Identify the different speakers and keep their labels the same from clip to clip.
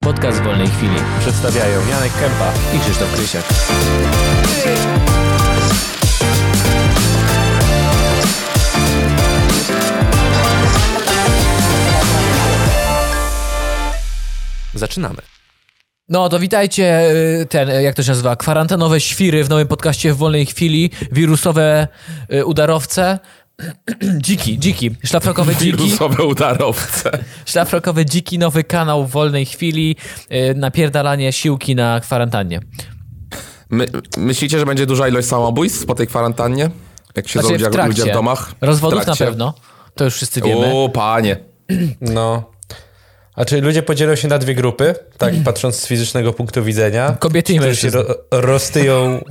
Speaker 1: Podcast Wolnej Chwili
Speaker 2: Przedstawiają Janek Kępa
Speaker 1: i Krzysztof Krysiak.
Speaker 2: Zaczynamy.
Speaker 1: No to witajcie, y, ten, y, jak to się nazywa, kwarantanowe świry w nowym podcaście w wolnej chwili, wirusowe y, udarowce, dziki, dziki, szlafrokowe dziki,
Speaker 2: Wirusowe udarowce.
Speaker 1: szlafrokowe dziki, nowy kanał w wolnej chwili, y, napierdalanie siłki na kwarantannie. Znaczy,
Speaker 3: My, myślicie, że będzie duża ilość samobójstw po tej kwarantannie? Jak się
Speaker 1: Znaczy
Speaker 3: znaczy,
Speaker 1: w
Speaker 3: ludzie,
Speaker 1: trakcie,
Speaker 3: ludzie w domach?
Speaker 1: rozwodów
Speaker 3: W trakcie?
Speaker 1: na pewno, to już wszyscy wiemy.
Speaker 3: O, panie.
Speaker 2: No. A czyli ludzie podzielą się na dwie grupy, tak patrząc z fizycznego punktu widzenia.
Speaker 1: Mm. Kobiety i
Speaker 2: Ci, którzy się
Speaker 1: mężczyzn.
Speaker 2: ro, roztyją,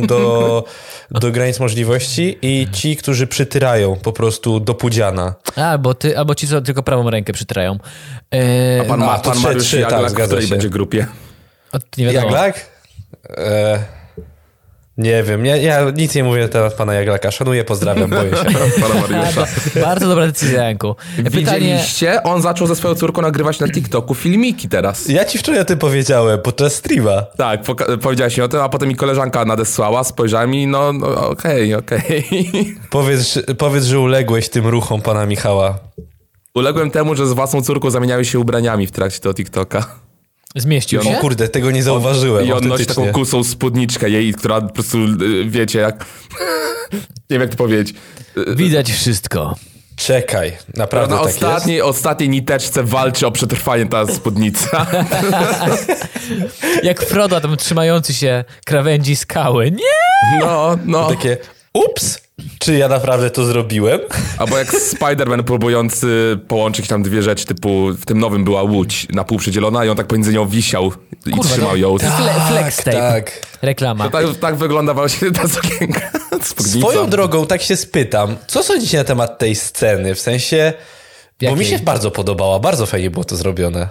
Speaker 2: do, do granic możliwości i ci, którzy przytyrają po prostu do pudziana.
Speaker 1: Albo ty, albo ci, co tylko prawą rękę przytrają. Y,
Speaker 3: Pan,
Speaker 2: A,
Speaker 3: ma,
Speaker 2: to
Speaker 3: pan
Speaker 2: trzy-
Speaker 3: Mariusz
Speaker 2: trzy, tak,
Speaker 3: Jaglak, w
Speaker 2: zgadza
Speaker 3: której
Speaker 2: się.
Speaker 3: będzie grupie?
Speaker 1: o, nie wiadomo.
Speaker 2: Jaglak? E, nie wiem, ja, ja nic nie mówię na temat pana Jaglaka. Szanuję, pozdrawiam, boję się.
Speaker 3: Pana Mariusza.
Speaker 1: Bardzo- Bardzo dobra decyzja, Janku. Pytanie,
Speaker 3: Widzieliście? On zaczął ze swoją córką nagrywać na TikToku filmiki teraz.
Speaker 2: Ja ci wczoraj o tym powiedziałem podczas streama.
Speaker 3: Tak, poka- powiedziałaś mi o tym, a potem mi koleżanka nadesłała, spojrzałem i no, no, okej, okej.
Speaker 2: Powiedz, powiedz, że uległeś tym ruchom pana Michała.
Speaker 3: Uległem temu, że z własną córką zamieniały się ubraniami w trakcie tego TikToka.
Speaker 1: zmieścił
Speaker 2: O
Speaker 1: się?
Speaker 2: kurde, tego nie zauważyłem.
Speaker 3: I on nosi
Speaker 2: autentycznie.
Speaker 3: taką kusą spódniczkę jej, która po prostu, y, wiecie, jak... Nie wiem, jak to powiedzieć. Y,
Speaker 1: Widać wszystko.
Speaker 2: Czekaj, naprawdę
Speaker 3: Na
Speaker 2: tak
Speaker 3: ostatniej, ostatniej niteczce walczy o przetrwanie ta spódnica.
Speaker 1: Jak Frodo tam trzymający się krawędzi skały. Nie!
Speaker 3: No, no.
Speaker 2: jest? Takie, ups, czy ja naprawdę to zrobiłem?
Speaker 3: Albo jak Spider-Man próbujący połączyć tam dwie rzeczy, typu w tym nowym była łódź na pół przedzielona i on tak pomiędzy nią wisiał i trzymał
Speaker 1: to-
Speaker 3: ją.
Speaker 1: to fle, flex tape.
Speaker 2: tak.
Speaker 1: Reklama.
Speaker 3: Tak, tak wygląda właśnie ta sukienka. Spódnica.
Speaker 2: Swoją drogą, tak się spytam, co sądzicie na temat tej sceny? W sensie, bo
Speaker 1: Jakiej?
Speaker 2: mi się bardzo podobała, bardzo fajnie było to zrobione.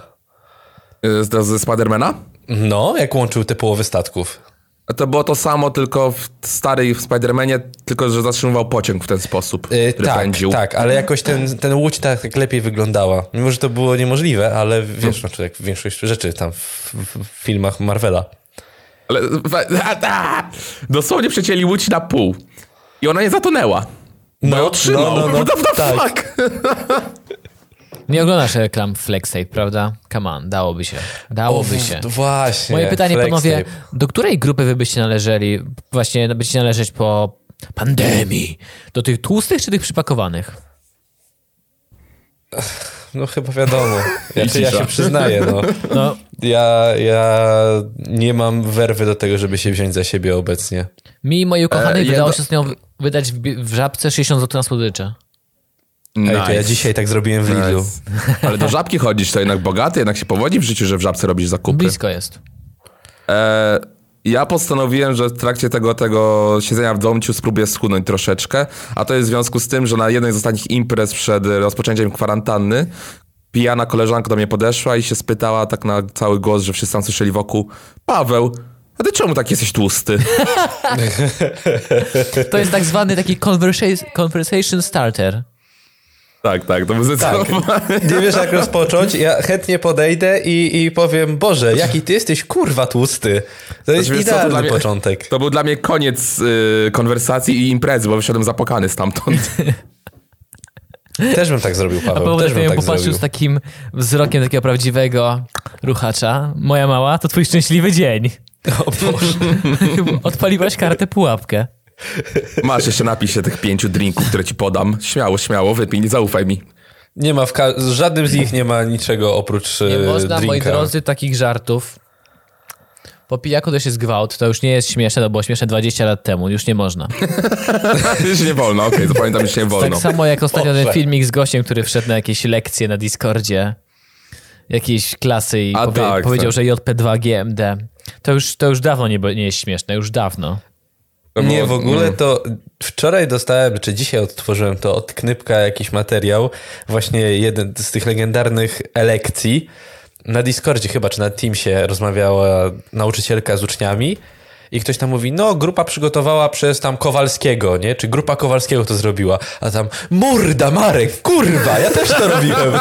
Speaker 3: Y, z- Ze Spidermana?
Speaker 2: No, jak łączył te połowy statków.
Speaker 3: A To było to samo, tylko w starej w Spidermanie, tylko że zatrzymywał pociąg w ten sposób.
Speaker 2: Yy,
Speaker 3: który
Speaker 2: tak,
Speaker 3: pędził.
Speaker 2: tak, ale jakoś ten, ten łódź tak, tak lepiej wyglądała. Mimo, że to było niemożliwe, ale
Speaker 3: No.
Speaker 2: wiesz, znaczy jak większość rzeczy tam w, w, w filmach Marvela.
Speaker 3: Ale we- a, a, dosłownie przecięli łódź na pół. I ona nie zatonęła. No,
Speaker 2: No,
Speaker 3: no otrzymał.
Speaker 2: no, no, no,
Speaker 3: What the
Speaker 2: tak.
Speaker 3: fuck?
Speaker 1: Nie oglądasz reklam flex tape, prawda? Come on, dałoby się. Dałoby
Speaker 2: w-
Speaker 1: się.
Speaker 2: Właśnie.
Speaker 1: Moje pytanie,
Speaker 2: flex
Speaker 1: panowie,
Speaker 2: tape.
Speaker 1: do której grupy wy byście należeli, właśnie no, byście należeć po pandemii? Do tych tłustych czy tych przypakowanych?
Speaker 2: No chyba wiadomo. Ja,
Speaker 3: I
Speaker 2: ja
Speaker 3: cisza.
Speaker 2: się przyznaję, no.
Speaker 1: No,
Speaker 2: Ja, ja nie mam werwy do tego, żeby się wziąć za siebie obecnie.
Speaker 1: mi i mojej ukochanej
Speaker 3: E, ja
Speaker 1: wydało
Speaker 3: do-
Speaker 1: się z nią wydać w, bi- w żabce 60 zł na słodycze.
Speaker 2: Ej, to ja dzisiaj tak zrobiłem w Lidlu.
Speaker 3: Nice. Ale do żabki chodzisz, to jednak bogaty, jednak się powodzi w życiu, że w żabce robisz
Speaker 2: Tak.
Speaker 3: zakupy.
Speaker 1: Blisko jest.
Speaker 3: E, ja postanowiłem, że w trakcie tego, tego siedzenia w domciu spróbuję schudnąć troszeczkę, a to jest w związku z tym, że na jednej z ostatnich imprez przed e, rozpoczęciem kwarantanny pijana koleżanka do mnie podeszła i się spytała tak na cały głos, że wszyscy tam słyszeli wokół Paweł, a ty czemu tak jesteś tłusty?
Speaker 1: To jest tak zwany taki conversa- conversation starter.
Speaker 3: tak, tak, to był zdecydowanie.
Speaker 2: Nie wiesz, jak rozpocząć. Ja chętnie podejdę i, i powiem, Boże, jaki ty jesteś kurwa tłusty. To jest
Speaker 3: Znaczy, wiesz co, to
Speaker 2: idealny
Speaker 3: dla mnie-
Speaker 2: początek.
Speaker 3: To był dla mnie koniec y, konwersacji i imprezy, bo wyszedłem zapokany stamtąd.
Speaker 2: Też bym tak zrobił,
Speaker 1: A
Speaker 2: Paweł. Też
Speaker 1: potem
Speaker 2: bym
Speaker 1: ją
Speaker 2: tak
Speaker 1: popatrzył
Speaker 2: zrobił.
Speaker 1: z takim wzrokiem takiego prawdziwego ruchacza. Moja mała, to twój szczęśliwy dzień.
Speaker 2: O Boże.
Speaker 1: Odpaliłaś kartę pułapkę.
Speaker 3: Masz jeszcze napis się tych pięciu drinków, które ci podam. Śmiało, śmiało, wypij, zaufaj mi.
Speaker 2: Nie ma w ka- z żadnym z nich nie ma niczego oprócz
Speaker 1: Nie
Speaker 2: e,
Speaker 1: można,
Speaker 2: drinka.
Speaker 1: moi drodzy, takich żartów. Po pijaku też jest gwałt, to już nie jest śmieszne, to było śmieszne 20 lat temu, już nie można.
Speaker 2: No,
Speaker 3: Już nie wolno, okej, to pamiętam, już nie
Speaker 1: Tak
Speaker 3: wolno.
Speaker 1: samo jak ostatnio ten
Speaker 2: Boże.
Speaker 1: filmik z gościem, który wszedł na jakieś lekcje na Discordzie jakiejś klasy i
Speaker 3: A
Speaker 1: powie-
Speaker 3: tak,
Speaker 1: powiedział,
Speaker 3: tak.
Speaker 1: że JP2 GMD. To już, to już dawno nie, bo- nie jest śmieszne, już dawno.
Speaker 3: To
Speaker 2: Nie,
Speaker 3: było- Mm.
Speaker 2: w ogóle to wczoraj dostałem, czy dzisiaj odtworzyłem to od Knypka jakiś materiał, właśnie jeden z tych legendarnych elekcji. Na Discordzie chyba, czy na Teamsie rozmawiała nauczycielka z uczniami i ktoś tam mówi, no grupa przygotowała przez tam Kowalskiego, nie? Czy grupa Kowalskiego to zrobiła, a tam murda Marek, kurwa, ja też to robiłem.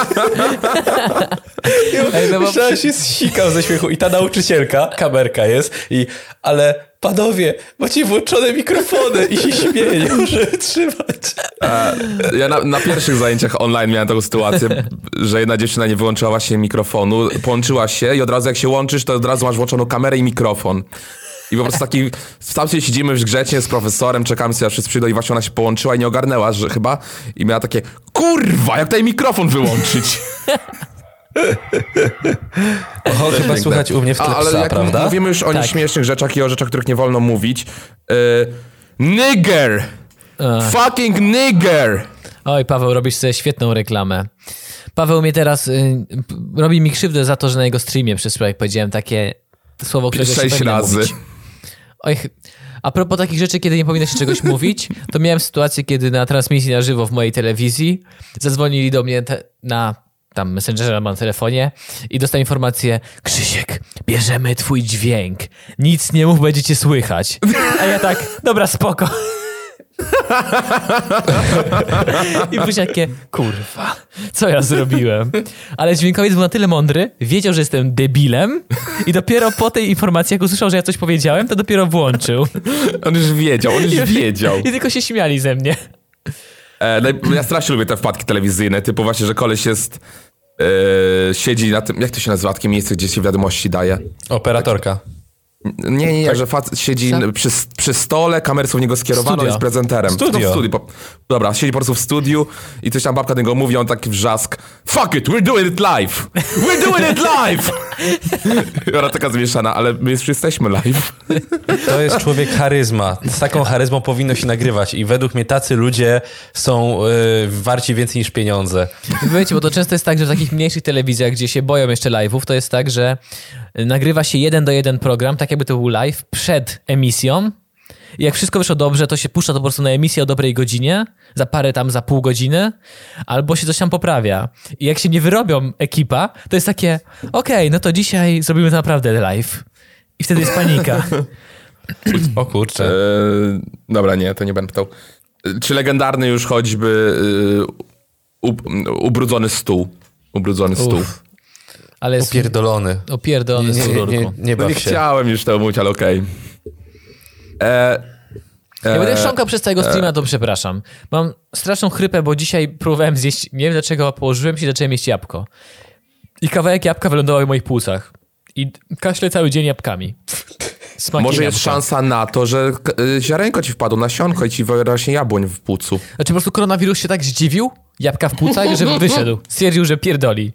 Speaker 1: Ej, no bo
Speaker 2: Myślałem, się zsikał ze śmiechu i ta nauczycielka, kamerka jest i, ale panowie, macie włączone mikrofony i się śmieje, nie może wytrzymać.
Speaker 3: E, Ja na, na pierwszych zajęciach online miałem taką sytuację, że jedna dziewczyna nie wyłączyła właśnie mikrofonu, połączyła się i od razu jak się łączysz, to od razu masz włączoną kamerę i mikrofon. I po prostu taki, tam sobie siedzimy już grzecznie z profesorem, czekamy sobie, aż wszyscy przyjdą i właśnie ona się połączyła i nie ogarnęła, że chyba, i miała takie, kurwa, jak tutaj mikrofon wyłączyć?
Speaker 2: O, chyba
Speaker 3: Piękne.
Speaker 2: słuchać u mnie w tle
Speaker 3: A, ale
Speaker 2: psa,
Speaker 3: jak
Speaker 2: prawda?
Speaker 3: mówimy już o
Speaker 1: Tak.
Speaker 3: nieśmiesznych rzeczach i o rzeczach, których nie wolno mówić, y, nigger!
Speaker 2: E.
Speaker 3: Fucking nigger!
Speaker 1: Oj, Paweł, robisz sobie świetną reklamę. Paweł mnie teraz y, p- robi mi krzywdę za to, że na jego streamie przez przypadek powiedziałem takie słowo, którego się
Speaker 2: tak
Speaker 3: Sześć
Speaker 1: powinno
Speaker 3: razy.
Speaker 1: Mówić. Oj, ch- a propos takich rzeczy, kiedy nie powinno się czegoś mówić, to miałem sytuację, kiedy na transmisji na żywo w mojej telewizji zadzwonili do mnie te, na tam Messengera mam telefonie i dostałem informację Krzysiek, bierzemy twój dźwięk. Nic nie mów, będziecie słychać. A ja tak, dobra, spoko. I później takie, kurwa, co ja zrobiłem? Ale dźwiękowiec był na tyle mądry, wiedział, że jestem debilem i dopiero po tej informacji, jak usłyszał, że ja coś powiedziałem, to dopiero włączył.
Speaker 3: On już wiedział, on już wiedział.
Speaker 1: I tylko się śmiali ze mnie.
Speaker 3: E, naj- ja strasznie lubię te wpadki telewizyjne, typu właśnie, że koleś jest... e, siedzi na tym, jak to się nazywa, takie miejsce, gdzie się wiadomości daje.
Speaker 2: Operatorka.
Speaker 3: Nie, nie, nie, że facet siedzi
Speaker 1: Tak.
Speaker 3: n- przy, przy stole, kamery są w niego skierowane,
Speaker 1: Studio.
Speaker 3: on jest prezenterem.
Speaker 2: Studio.
Speaker 3: No, w studiu. Po, dobra, siedzi po prostu w studiu i coś tam babka do niego mówi, on taki wrzask. Fuck it, we're doing it live! We're doing it live! I ona taka zmieszana, ale my już jesteśmy live.
Speaker 2: To jest człowiek charyzma. Z taką charyzmą powinno się nagrywać i według mnie tacy ludzie są y, warci więcej niż pieniądze.
Speaker 1: Wiecie, bo to często jest tak, że w takich mniejszych telewizjach, gdzie się boją jeszcze live'ów, to jest tak, że nagrywa się jeden do jeden program, tak jakby to był live, przed emisją. I jak wszystko wyszło dobrze, to się puszcza to po prostu na emisję o dobrej godzinie, za parę tam, za pół godziny, albo się coś tam poprawia. I jak się nie wyrobią ekipa, to jest takie, okej, no to dzisiaj zrobimy to naprawdę live. I wtedy jest panika.
Speaker 2: O kurczę.
Speaker 3: Eee, dobra, nie, to nie będę pytał. E, Czy legendarny już choćby yy, ub, ubrudzony stół? Ubrudzony stół.
Speaker 1: Ale jest
Speaker 2: Upierdolony.
Speaker 1: opierdolony
Speaker 2: Nie, nie,
Speaker 1: z
Speaker 2: nie, nie, nie
Speaker 3: No nie
Speaker 2: baw się.
Speaker 3: chciałem już to mówić, ale okej. E,
Speaker 1: Ja będę
Speaker 3: e,
Speaker 1: chrząkał przez całego streama, to przepraszam. Mam straszną chrypę, bo dzisiaj próbowałem zjeść, nie wiem dlaczego, położyłem się i zacząłem jeść jabłko. I kawałek jabłka wylądował w moich płucach. I kaślę cały dzień jabłkami. Smakiem
Speaker 3: Może jest
Speaker 1: jabłka.
Speaker 3: szansa na to, że k- y, ziarenko ci wpadło na sionko i ci wyrośnie jabłoń w płucu.
Speaker 1: Znaczy po prostu koronawirus się tak zdziwił, jabłka w płucach, że wyszedł. Stwierdził, że pierdoli.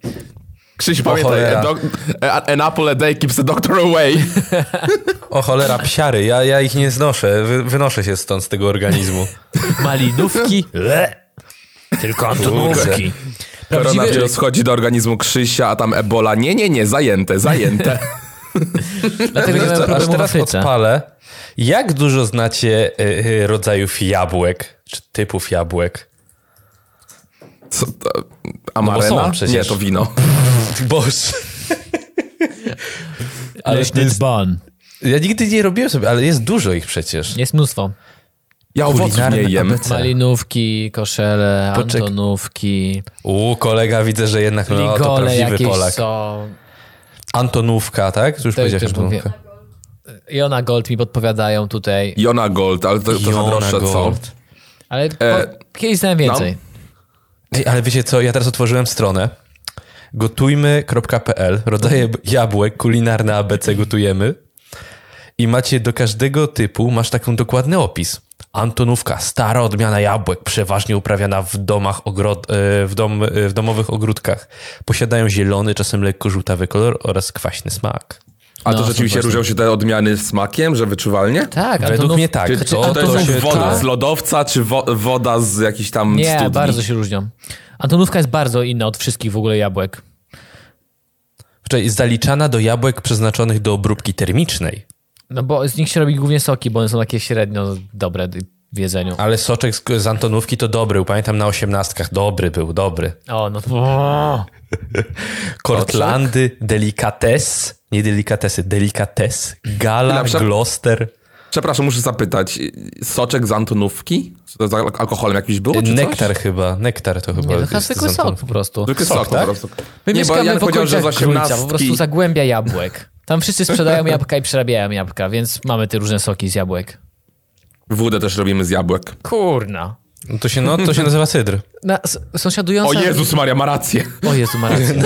Speaker 3: Krzyś,
Speaker 2: pamiętaj,
Speaker 3: pamiętaj,
Speaker 2: a
Speaker 3: an apple a day keeps the doctor away.
Speaker 2: O cholera, psiary. Ja, ja ich nie znoszę. Wy, wynoszę się stąd z tego organizmu.
Speaker 1: Malinówki. Tylko antonówki. Prawdziwy,
Speaker 3: Koronawirus wchodzi do organizmu Krzysia, a tam ebola. Nie, nie, nie, zajęte, zajęte.
Speaker 1: dlatego nie mam
Speaker 2: Wiesz co, aż
Speaker 1: problemu w
Speaker 2: teraz
Speaker 1: Afryce.
Speaker 2: odpalę. Jak dużo znacie y, y, rodzajów jabłek? Czy typów jabłek?
Speaker 3: Co to?
Speaker 2: No bo
Speaker 3: Amarena?
Speaker 2: są przecież.
Speaker 3: nie, to wino.
Speaker 2: Boże.
Speaker 1: Ale
Speaker 2: Ale to jest,
Speaker 1: ban.
Speaker 2: ja nigdy nie robiłem sobie, ale jest dużo ich przecież.
Speaker 1: Jest mnóstwo.
Speaker 3: Ja owoców nie
Speaker 2: Kulinarny
Speaker 3: jem.
Speaker 2: ABC.
Speaker 1: Malinówki, koszele,
Speaker 2: Poczek-
Speaker 1: antonówki.
Speaker 2: U, kolega widzę, że jednak no, to
Speaker 1: Ligole
Speaker 2: prawdziwy
Speaker 1: jakieś
Speaker 2: Polak.
Speaker 1: są.
Speaker 2: Antonówka, tak? Tu już
Speaker 1: To już
Speaker 2: powiedziałeś
Speaker 1: też mówię.
Speaker 2: Antonówka.
Speaker 1: Jona Gold mi podpowiadają tutaj,
Speaker 3: Jona Gold, ale to, to za
Speaker 2: Jona
Speaker 3: droższe, co?
Speaker 2: Gold.
Speaker 1: ale po,
Speaker 3: E,
Speaker 1: kiedyś znałem
Speaker 2: no.
Speaker 1: więcej.
Speaker 2: Ej, ale wiecie co, ja teraz otworzyłem stronę gotujmy.pl, rodzaje b- jabłek, kulinarne ABC gotujemy i macie do każdego typu, masz taki dokładny opis. Antonówka, stara odmiana jabłek, przeważnie uprawiana w domach, ogrod, e, w, dom, e, w domowych ogródkach. Posiadają zielony, czasem lekko żółtawy kolor oraz kwaśny smak.
Speaker 3: A
Speaker 1: No,
Speaker 3: to
Speaker 1: są
Speaker 3: rzeczywiście
Speaker 1: właśnie.
Speaker 3: różnią się te odmiany smakiem, że wyczuwalnie?
Speaker 1: Tak,
Speaker 2: Według
Speaker 1: Antonów...
Speaker 2: mnie tak.
Speaker 3: Czy,
Speaker 1: Znaczy,
Speaker 3: czy to,
Speaker 1: Antonówka-
Speaker 3: jest woda
Speaker 1: tak.
Speaker 3: z lodowca, czy wo, woda z jakiejś tam
Speaker 1: Nie,
Speaker 3: studni?
Speaker 1: bardzo się różnią. Antonówka jest bardzo inna od wszystkich w ogóle jabłek.
Speaker 2: Czyli zaliczana do jabłek przeznaczonych do obróbki termicznej,
Speaker 1: No bo z nich się robi głównie soki, bo one są takie średnio dobre w jedzeniu.
Speaker 2: ale soczek z, z Antonówki to dobry, był, pamiętam na osiemnastkach, dobry był, dobry.
Speaker 1: O, no to...
Speaker 2: Kortlandy, delikates, nie delikatesy, delikates, gala,
Speaker 3: Na przykład-
Speaker 2: Gloucester.
Speaker 3: Przepraszam, muszę zapytać. Soczek z Antonówki? Czy to z al- alkoholem jakimś było, czy
Speaker 2: Nektar
Speaker 3: coś?
Speaker 2: chyba, nektar to chyba
Speaker 1: Nie, no, to
Speaker 2: jest
Speaker 1: chyba zwykły
Speaker 2: z Antonów.
Speaker 1: sok po prostu.
Speaker 3: Zwykły
Speaker 2: Sok,
Speaker 3: sok,
Speaker 2: tak?
Speaker 3: po prostu.
Speaker 1: My
Speaker 3: nie, bo
Speaker 1: mieszkamy
Speaker 3: Jan
Speaker 1: w
Speaker 3: powiedział, że z
Speaker 1: okolicach Grójca,
Speaker 3: 18.
Speaker 1: po prostu zagłębia jabłek. Tam wszyscy sprzedają jabłka i przerabiają jabłka, więc mamy te różne soki z jabłek.
Speaker 3: Wódę też robimy z jabłek.
Speaker 1: Kurna.
Speaker 2: No to się, no, to się nazywa cydr.
Speaker 1: Na, s-
Speaker 3: O
Speaker 1: sąsiadująca...
Speaker 3: Jezus Maria, ma rację.
Speaker 1: O Jezu, ma rację.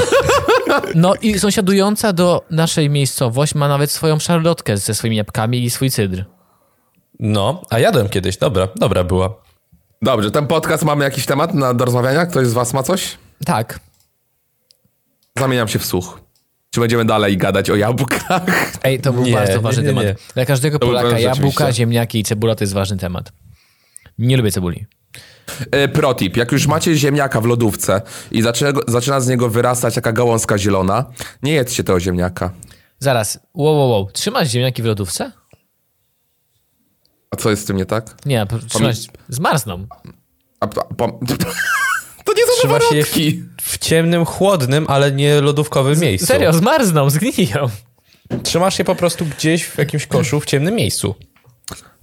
Speaker 1: No i sąsiadująca do naszej miejscowość ma nawet swoją szarlotkę ze swoimi jabłkami i swój cydr.
Speaker 2: No, a jadłem kiedyś, dobra, dobra była.
Speaker 3: Dobrze, ten podcast mamy jakiś temat na, do rozmawiania? Ktoś z was ma coś?
Speaker 1: Tak.
Speaker 3: Zamieniam się w słuch. Czy będziemy dalej gadać o jabłkach?
Speaker 1: Ej, to był
Speaker 2: Nie,
Speaker 1: bardzo
Speaker 2: nie,
Speaker 1: ważny
Speaker 2: nie,
Speaker 1: temat.
Speaker 2: nie.
Speaker 1: Dla każdego
Speaker 3: To był
Speaker 1: Polaka
Speaker 3: bardzo
Speaker 1: jabłka,
Speaker 3: rzeczywiście.
Speaker 1: ziemniaki i cebula to jest ważny temat. Nie lubię cebuli.
Speaker 3: E, Protip. Jak już macie ziemniaka w lodówce i zaczyna, go- zaczyna z niego wyrastać taka gałązka zielona, nie jedzcie tego ziemniaka.
Speaker 1: Zaraz. Wow, wow, wow. Trzymasz ziemniaki w lodówce?
Speaker 3: A co jest z tym nie tak?
Speaker 1: Nie, po- trzymasz... Zmarzną.
Speaker 3: A, a, pom- to nie są
Speaker 2: Trzyma się je w,
Speaker 3: noworodki.
Speaker 2: w ciemnym, chłodnym, ale nie lodówkowym miejscu.
Speaker 1: Serio, zmarzną, zgniją.
Speaker 2: Trzymasz się po prostu gdzieś w jakimś koszu w ciemnym miejscu.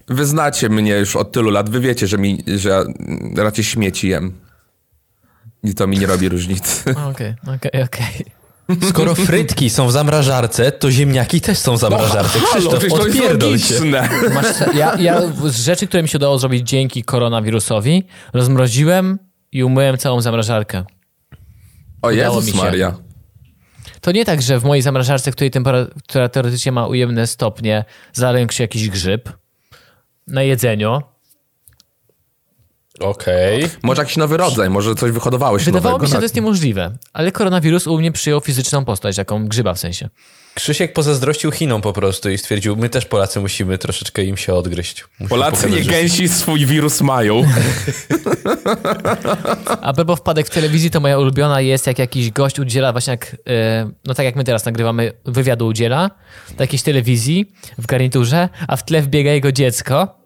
Speaker 3: Wy znacie mnie już od tylu lat, wy wiecie, że, mi, że ja mm, raczej śmieci jem. I to mi nie robi różnicy.
Speaker 1: Okej, okej, okej.
Speaker 2: Skoro frytki są w zamrażarce, to ziemniaki też są w zamrażarce. Krzysztof,
Speaker 3: przecież to jest
Speaker 2: odpierdol się.
Speaker 3: logiczne.
Speaker 1: Masz- Ja, ja z rzeczy, które mi się udało zrobić dzięki koronawirusowi, rozmroziłem i umyłem całą zamrażarkę.
Speaker 3: O
Speaker 1: Udało mi
Speaker 3: Jezus
Speaker 1: się.
Speaker 3: Maria.
Speaker 1: To nie tak, że w mojej zamrażarce, której temperatura teoretycznie ma ujemne stopnie, zalękł się jakiś grzyb na jedzeniu.
Speaker 2: Okej.
Speaker 3: Może jakiś nowy rodzaj, może coś wyhodowałeś
Speaker 1: Wydawało
Speaker 3: nowego.
Speaker 1: mi się, że
Speaker 3: na-
Speaker 1: to jest niemożliwe, ale koronawirus u mnie przyjął fizyczną postać, jaką grzyba w sensie.
Speaker 2: Krzysiek pozazdrościł Chinom po prostu i stwierdził, my też Polacy musimy troszeczkę im się odgryźć. Musimy
Speaker 3: Polacy
Speaker 2: pokazać,
Speaker 3: nie
Speaker 2: że-
Speaker 3: gęsi swój wirus mają.
Speaker 1: A propos wpadek w telewizji, to moja ulubiona jest, jak jakiś gość udziela właśnie jak, e, no tak jak my teraz nagrywamy, wywiadu udziela do jakiejś telewizji w garniturze, a w tle wbiega jego dziecko,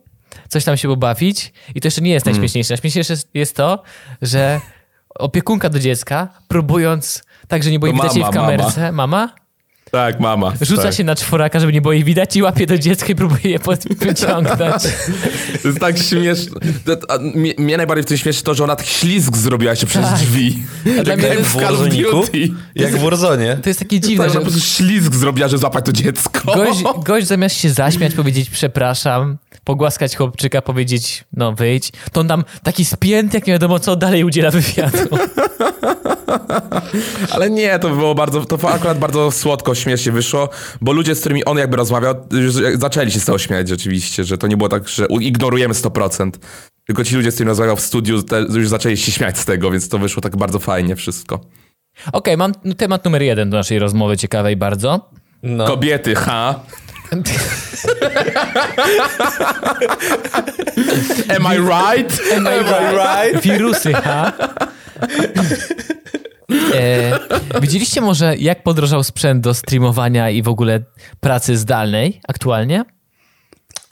Speaker 1: coś tam się pobawić i to jeszcze nie jest
Speaker 3: Hmm.
Speaker 1: najśmieszniejsze. Najśmieszniejsze jest- jest to, że opiekunka do dziecka, próbując tak, że nie boi
Speaker 3: To
Speaker 1: widać jej w
Speaker 3: mama, mama.
Speaker 1: kamerce, mama
Speaker 3: tak, mama.
Speaker 1: rzuca
Speaker 3: tak.
Speaker 1: się na czworaka, żeby nie było jej widać i łapie do dziecka i próbuje je pod- wyciągnąć.
Speaker 3: To jest tak śmieszne. To- to- a Mnie, mnie najbardziej w tym śmieszy to, że ona tak ślizg zrobiła się przez
Speaker 1: Tak.
Speaker 3: drzwi.
Speaker 1: A dla mnie
Speaker 3: Jak
Speaker 1: to
Speaker 2: w
Speaker 1: jest-
Speaker 3: w Call of
Speaker 2: Warzoniku?
Speaker 3: Duty.
Speaker 2: Jak w Warzonie.
Speaker 1: To jest takie dziwne,
Speaker 3: Tak, że
Speaker 1: że
Speaker 3: po prostu ślizg zrobiła, żeby złapać to dziecko.
Speaker 1: Gość, gość zamiast się zaśmiać, powiedzieć przepraszam, pogłaskać chłopczyka, powiedzieć no wyjdź, to on tam taki spięty, jak nie wiadomo co, dalej udziela wywiadu.
Speaker 3: Ale nie, to było bardzo, to akurat bardzo słodko śmiesznie wyszło, bo ludzie, z którymi on jakby rozmawiał, już zaczęli się z tego śmiać rzeczywiście, że to nie było tak, że u- ignorujemy 100%. Tylko ci ludzie, z którymi rozmawiał w studiu, te, już zaczęli się śmiać z tego, więc to wyszło tak bardzo fajnie wszystko.
Speaker 1: Okej, mam temat numer jeden do naszej rozmowy, ciekawej bardzo.
Speaker 2: No.
Speaker 3: Kobiety, ha? Am I right? Am I
Speaker 2: right?
Speaker 1: Wirusy, ha? E, widzieliście może, jak podrożał sprzęt do streamowania i w ogóle pracy zdalnej aktualnie?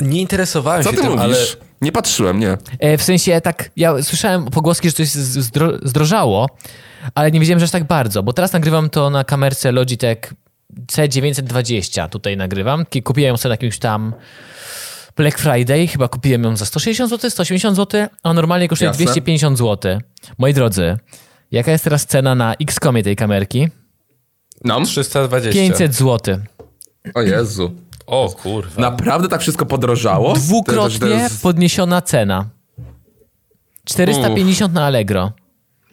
Speaker 2: Nie interesowałem
Speaker 3: Co
Speaker 2: się
Speaker 3: ty
Speaker 2: tym,
Speaker 3: mówisz?
Speaker 2: ale...
Speaker 3: Nie patrzyłem, nie.
Speaker 1: E, w sensie tak, ja słyszałem pogłoski, że coś z- zdro, zdrożało, ale nie wiedziałem, że aż tak bardzo, bo teraz nagrywam to na kamerce Logitech C920, tutaj nagrywam. Ki- Kupiłem ją sobie na jakimś tam Black Friday, chyba kupiłem ją za 160 zł, 180 zł, a normalnie kosztuje
Speaker 3: Jasne.
Speaker 1: 250 zł. Moi drodzy, jaka jest teraz cena na X-Comie tej kamerki?
Speaker 3: No.
Speaker 2: 320.
Speaker 1: 500 zł.
Speaker 3: O Jezu.
Speaker 2: O kurwa.
Speaker 3: Tak. Naprawdę tak wszystko podrożało? To- to- to
Speaker 1: Dwukrotnie
Speaker 3: jest-
Speaker 1: podniesiona cena. 450 na Allegro.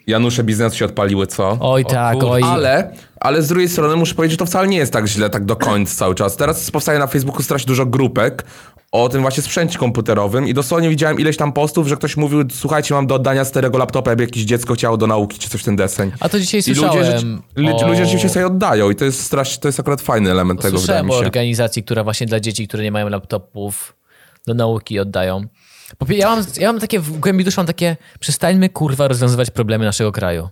Speaker 3: Janusze biznes się odpaliły, co?
Speaker 1: Oj tak,
Speaker 2: kur-
Speaker 1: oj.
Speaker 3: Ale, ale z drugiej strony muszę powiedzieć, że to wcale nie jest tak źle, tak do końca cały czas. Teraz powstaje na Facebooku strasznie dużo grupek o tym właśnie sprzęcie komputerowym i dosłownie widziałem ileś tam postów, że ktoś mówił, słuchajcie, mam do oddania starego laptopa, jakby jakieś dziecko chciało do nauki czy coś w ten deseń.
Speaker 1: A to dzisiaj
Speaker 3: I ludzie,
Speaker 1: słyszałem
Speaker 3: rzeczy- lu-
Speaker 1: o-
Speaker 3: ludzie rzeczywiście sobie oddają i to jest strasznie, to jest akurat fajny element tego, wydaje
Speaker 1: Słyszałem
Speaker 3: mi
Speaker 1: o
Speaker 3: się.
Speaker 1: organizacji, która właśnie dla dzieci, które nie mają laptopów, do nauki oddają. Po pie- Ja mam, ja mam takie, w głębi duszy mam takie, przestańmy kurwa rozwiązywać problemy naszego kraju.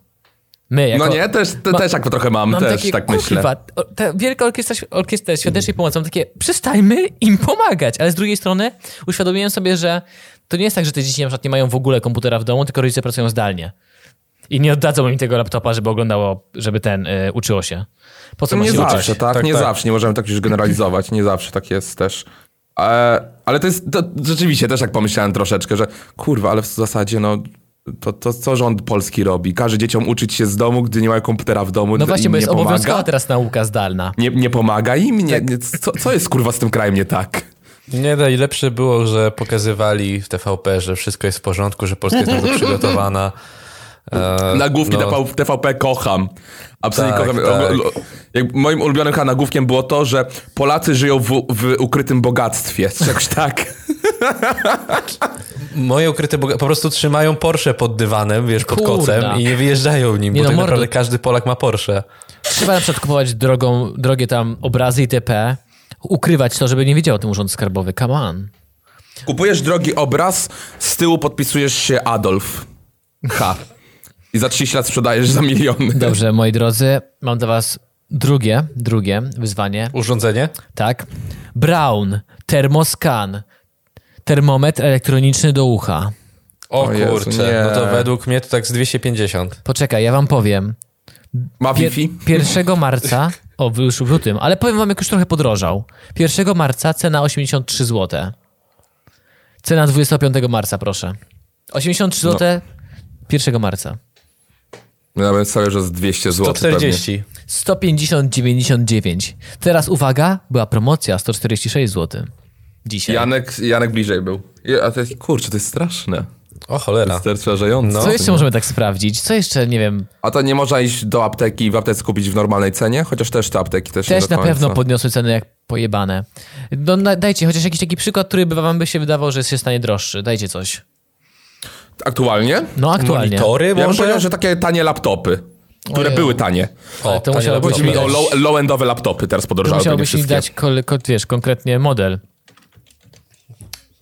Speaker 1: My, jako,
Speaker 3: No nie, też, te,
Speaker 1: Ma-
Speaker 3: też tak trochę mam,
Speaker 1: mam
Speaker 3: też
Speaker 1: takie,
Speaker 3: tak myślę. Mhm.
Speaker 1: kurwa, o- ta wielka orkiestra, świ- orkiestra świątecznej pomocy, mam takie, przestańmy im pomagać, ale z drugiej strony uświadomiłem sobie, że to nie jest tak, że te dzieci na przykład nie mają w ogóle komputera w domu, tylko rodzice pracują zdalnie. I nie oddadzą im tego laptopa, żeby oglądało, żeby ten y, uczyło się. Po co ma
Speaker 3: nie
Speaker 1: się uczyć?
Speaker 3: zawsze, tak?
Speaker 2: Tak,
Speaker 3: nie
Speaker 2: tak.
Speaker 3: zawsze, nie możemy tak już generalizować, nie zawsze tak jest też. E, ale to jest, to, rzeczywiście też tak pomyślałem troszeczkę, że kurwa, ale w zasadzie no... To, to co rząd polski robi? Każe dzieciom uczyć się z domu, gdy nie mają komputera w domu.
Speaker 1: No właśnie,
Speaker 3: im
Speaker 1: bo
Speaker 3: nie
Speaker 1: jest
Speaker 3: pomaga?
Speaker 1: obowiązkowa Tak. teraz nauka zdalna.
Speaker 3: Nie, nie pomaga im? Nie, nie, co, co jest kurwa z tym krajem nie tak?
Speaker 2: Nie, najlepsze było, że pokazywali w TVP, że wszystko jest w porządku, że Polska jest na to przygotowana. E,
Speaker 3: Nagłówki
Speaker 2: no,
Speaker 3: TVP, TVP kocham. Absolutnie
Speaker 2: Tak,
Speaker 3: kocham.
Speaker 2: tak.
Speaker 3: O, o, Jak moim ulubionym chyba nagłówkiem było to, że Polacy żyją w, w ukrytym bogactwie. Czy Jakoś tak.
Speaker 2: Moje ukryte boga... po prostu trzymają Porsche pod dywanem, wiesz, pod
Speaker 1: Kurda.
Speaker 2: kocem i nie wyjeżdżają nim,
Speaker 1: Nie
Speaker 2: bo
Speaker 1: no,
Speaker 2: tak
Speaker 1: mordo.
Speaker 2: naprawdę każdy Polak ma Porsche.
Speaker 1: Trzeba na przykład kupować drogą, drogie tam obrazy itp., ukrywać to, żeby nie wiedział o tym urząd skarbowy. Come on.
Speaker 3: Kupujesz drogi obraz, z tyłu podpisujesz się Adolf. Ha. I za 30 lat sprzedajesz za miliony.
Speaker 1: Dobrze, moi drodzy, mam dla was drugie, drugie wyzwanie.
Speaker 2: Urządzenie?
Speaker 1: Tak. Brown, termoskan, termometr elektroniczny do ucha.
Speaker 2: O,
Speaker 3: O Jezu,
Speaker 2: kurczę,
Speaker 3: nie.
Speaker 2: no to według mnie to tak z 250.
Speaker 1: Poczekaj, ja wam powiem.
Speaker 3: Ma
Speaker 1: Pier-
Speaker 3: Wi-Fi?
Speaker 1: 1 marca, o wy już w lutym, ale powiem wam, jak już trochę podrożał. 1 marca cena 83 zł. Cena 25 marca, proszę. 83 zł 1 marca.
Speaker 3: No, Ja bym stawiał, że z 200 zł.
Speaker 2: 140.
Speaker 1: 150,99. Teraz uwaga, była promocja 146 zł. Dzisiaj.
Speaker 3: Janek, Janek bliżej był. I- A to jest, kurczę, to jest straszne.
Speaker 2: O cholera.
Speaker 3: No, To jest przerażające.
Speaker 1: Co jeszcze możemy tak sprawdzić? Co jeszcze, nie wiem,
Speaker 3: A to nie można iść do apteki i w aptece kupić w normalnej cenie? Chociaż też te apteki też nie
Speaker 1: też
Speaker 3: do
Speaker 1: na pewno
Speaker 3: końca.
Speaker 1: podniosły ceny jak pojebane. No, na, dajcie chociaż jakiś taki przykład, który by wam by się wydawał, że się stanie droższy. Dajcie coś.
Speaker 3: Aktualnie?
Speaker 1: No aktualnie.
Speaker 2: Monitory
Speaker 3: Ja bym
Speaker 2: może?
Speaker 3: powiedział, że takie tanie laptopy, które
Speaker 1: Ojej.
Speaker 3: były tanie.
Speaker 1: Ale
Speaker 2: O,
Speaker 1: tak, to
Speaker 2: panie
Speaker 1: musiało być
Speaker 2: redaktorze.
Speaker 3: Chodzi mi o low- low-endowe laptopy, teraz
Speaker 1: To
Speaker 3: podrożały pewnie
Speaker 1: musiałbyś mi
Speaker 3: wszystkie.
Speaker 1: dać, kol, kol, wiesz, konkretnie model.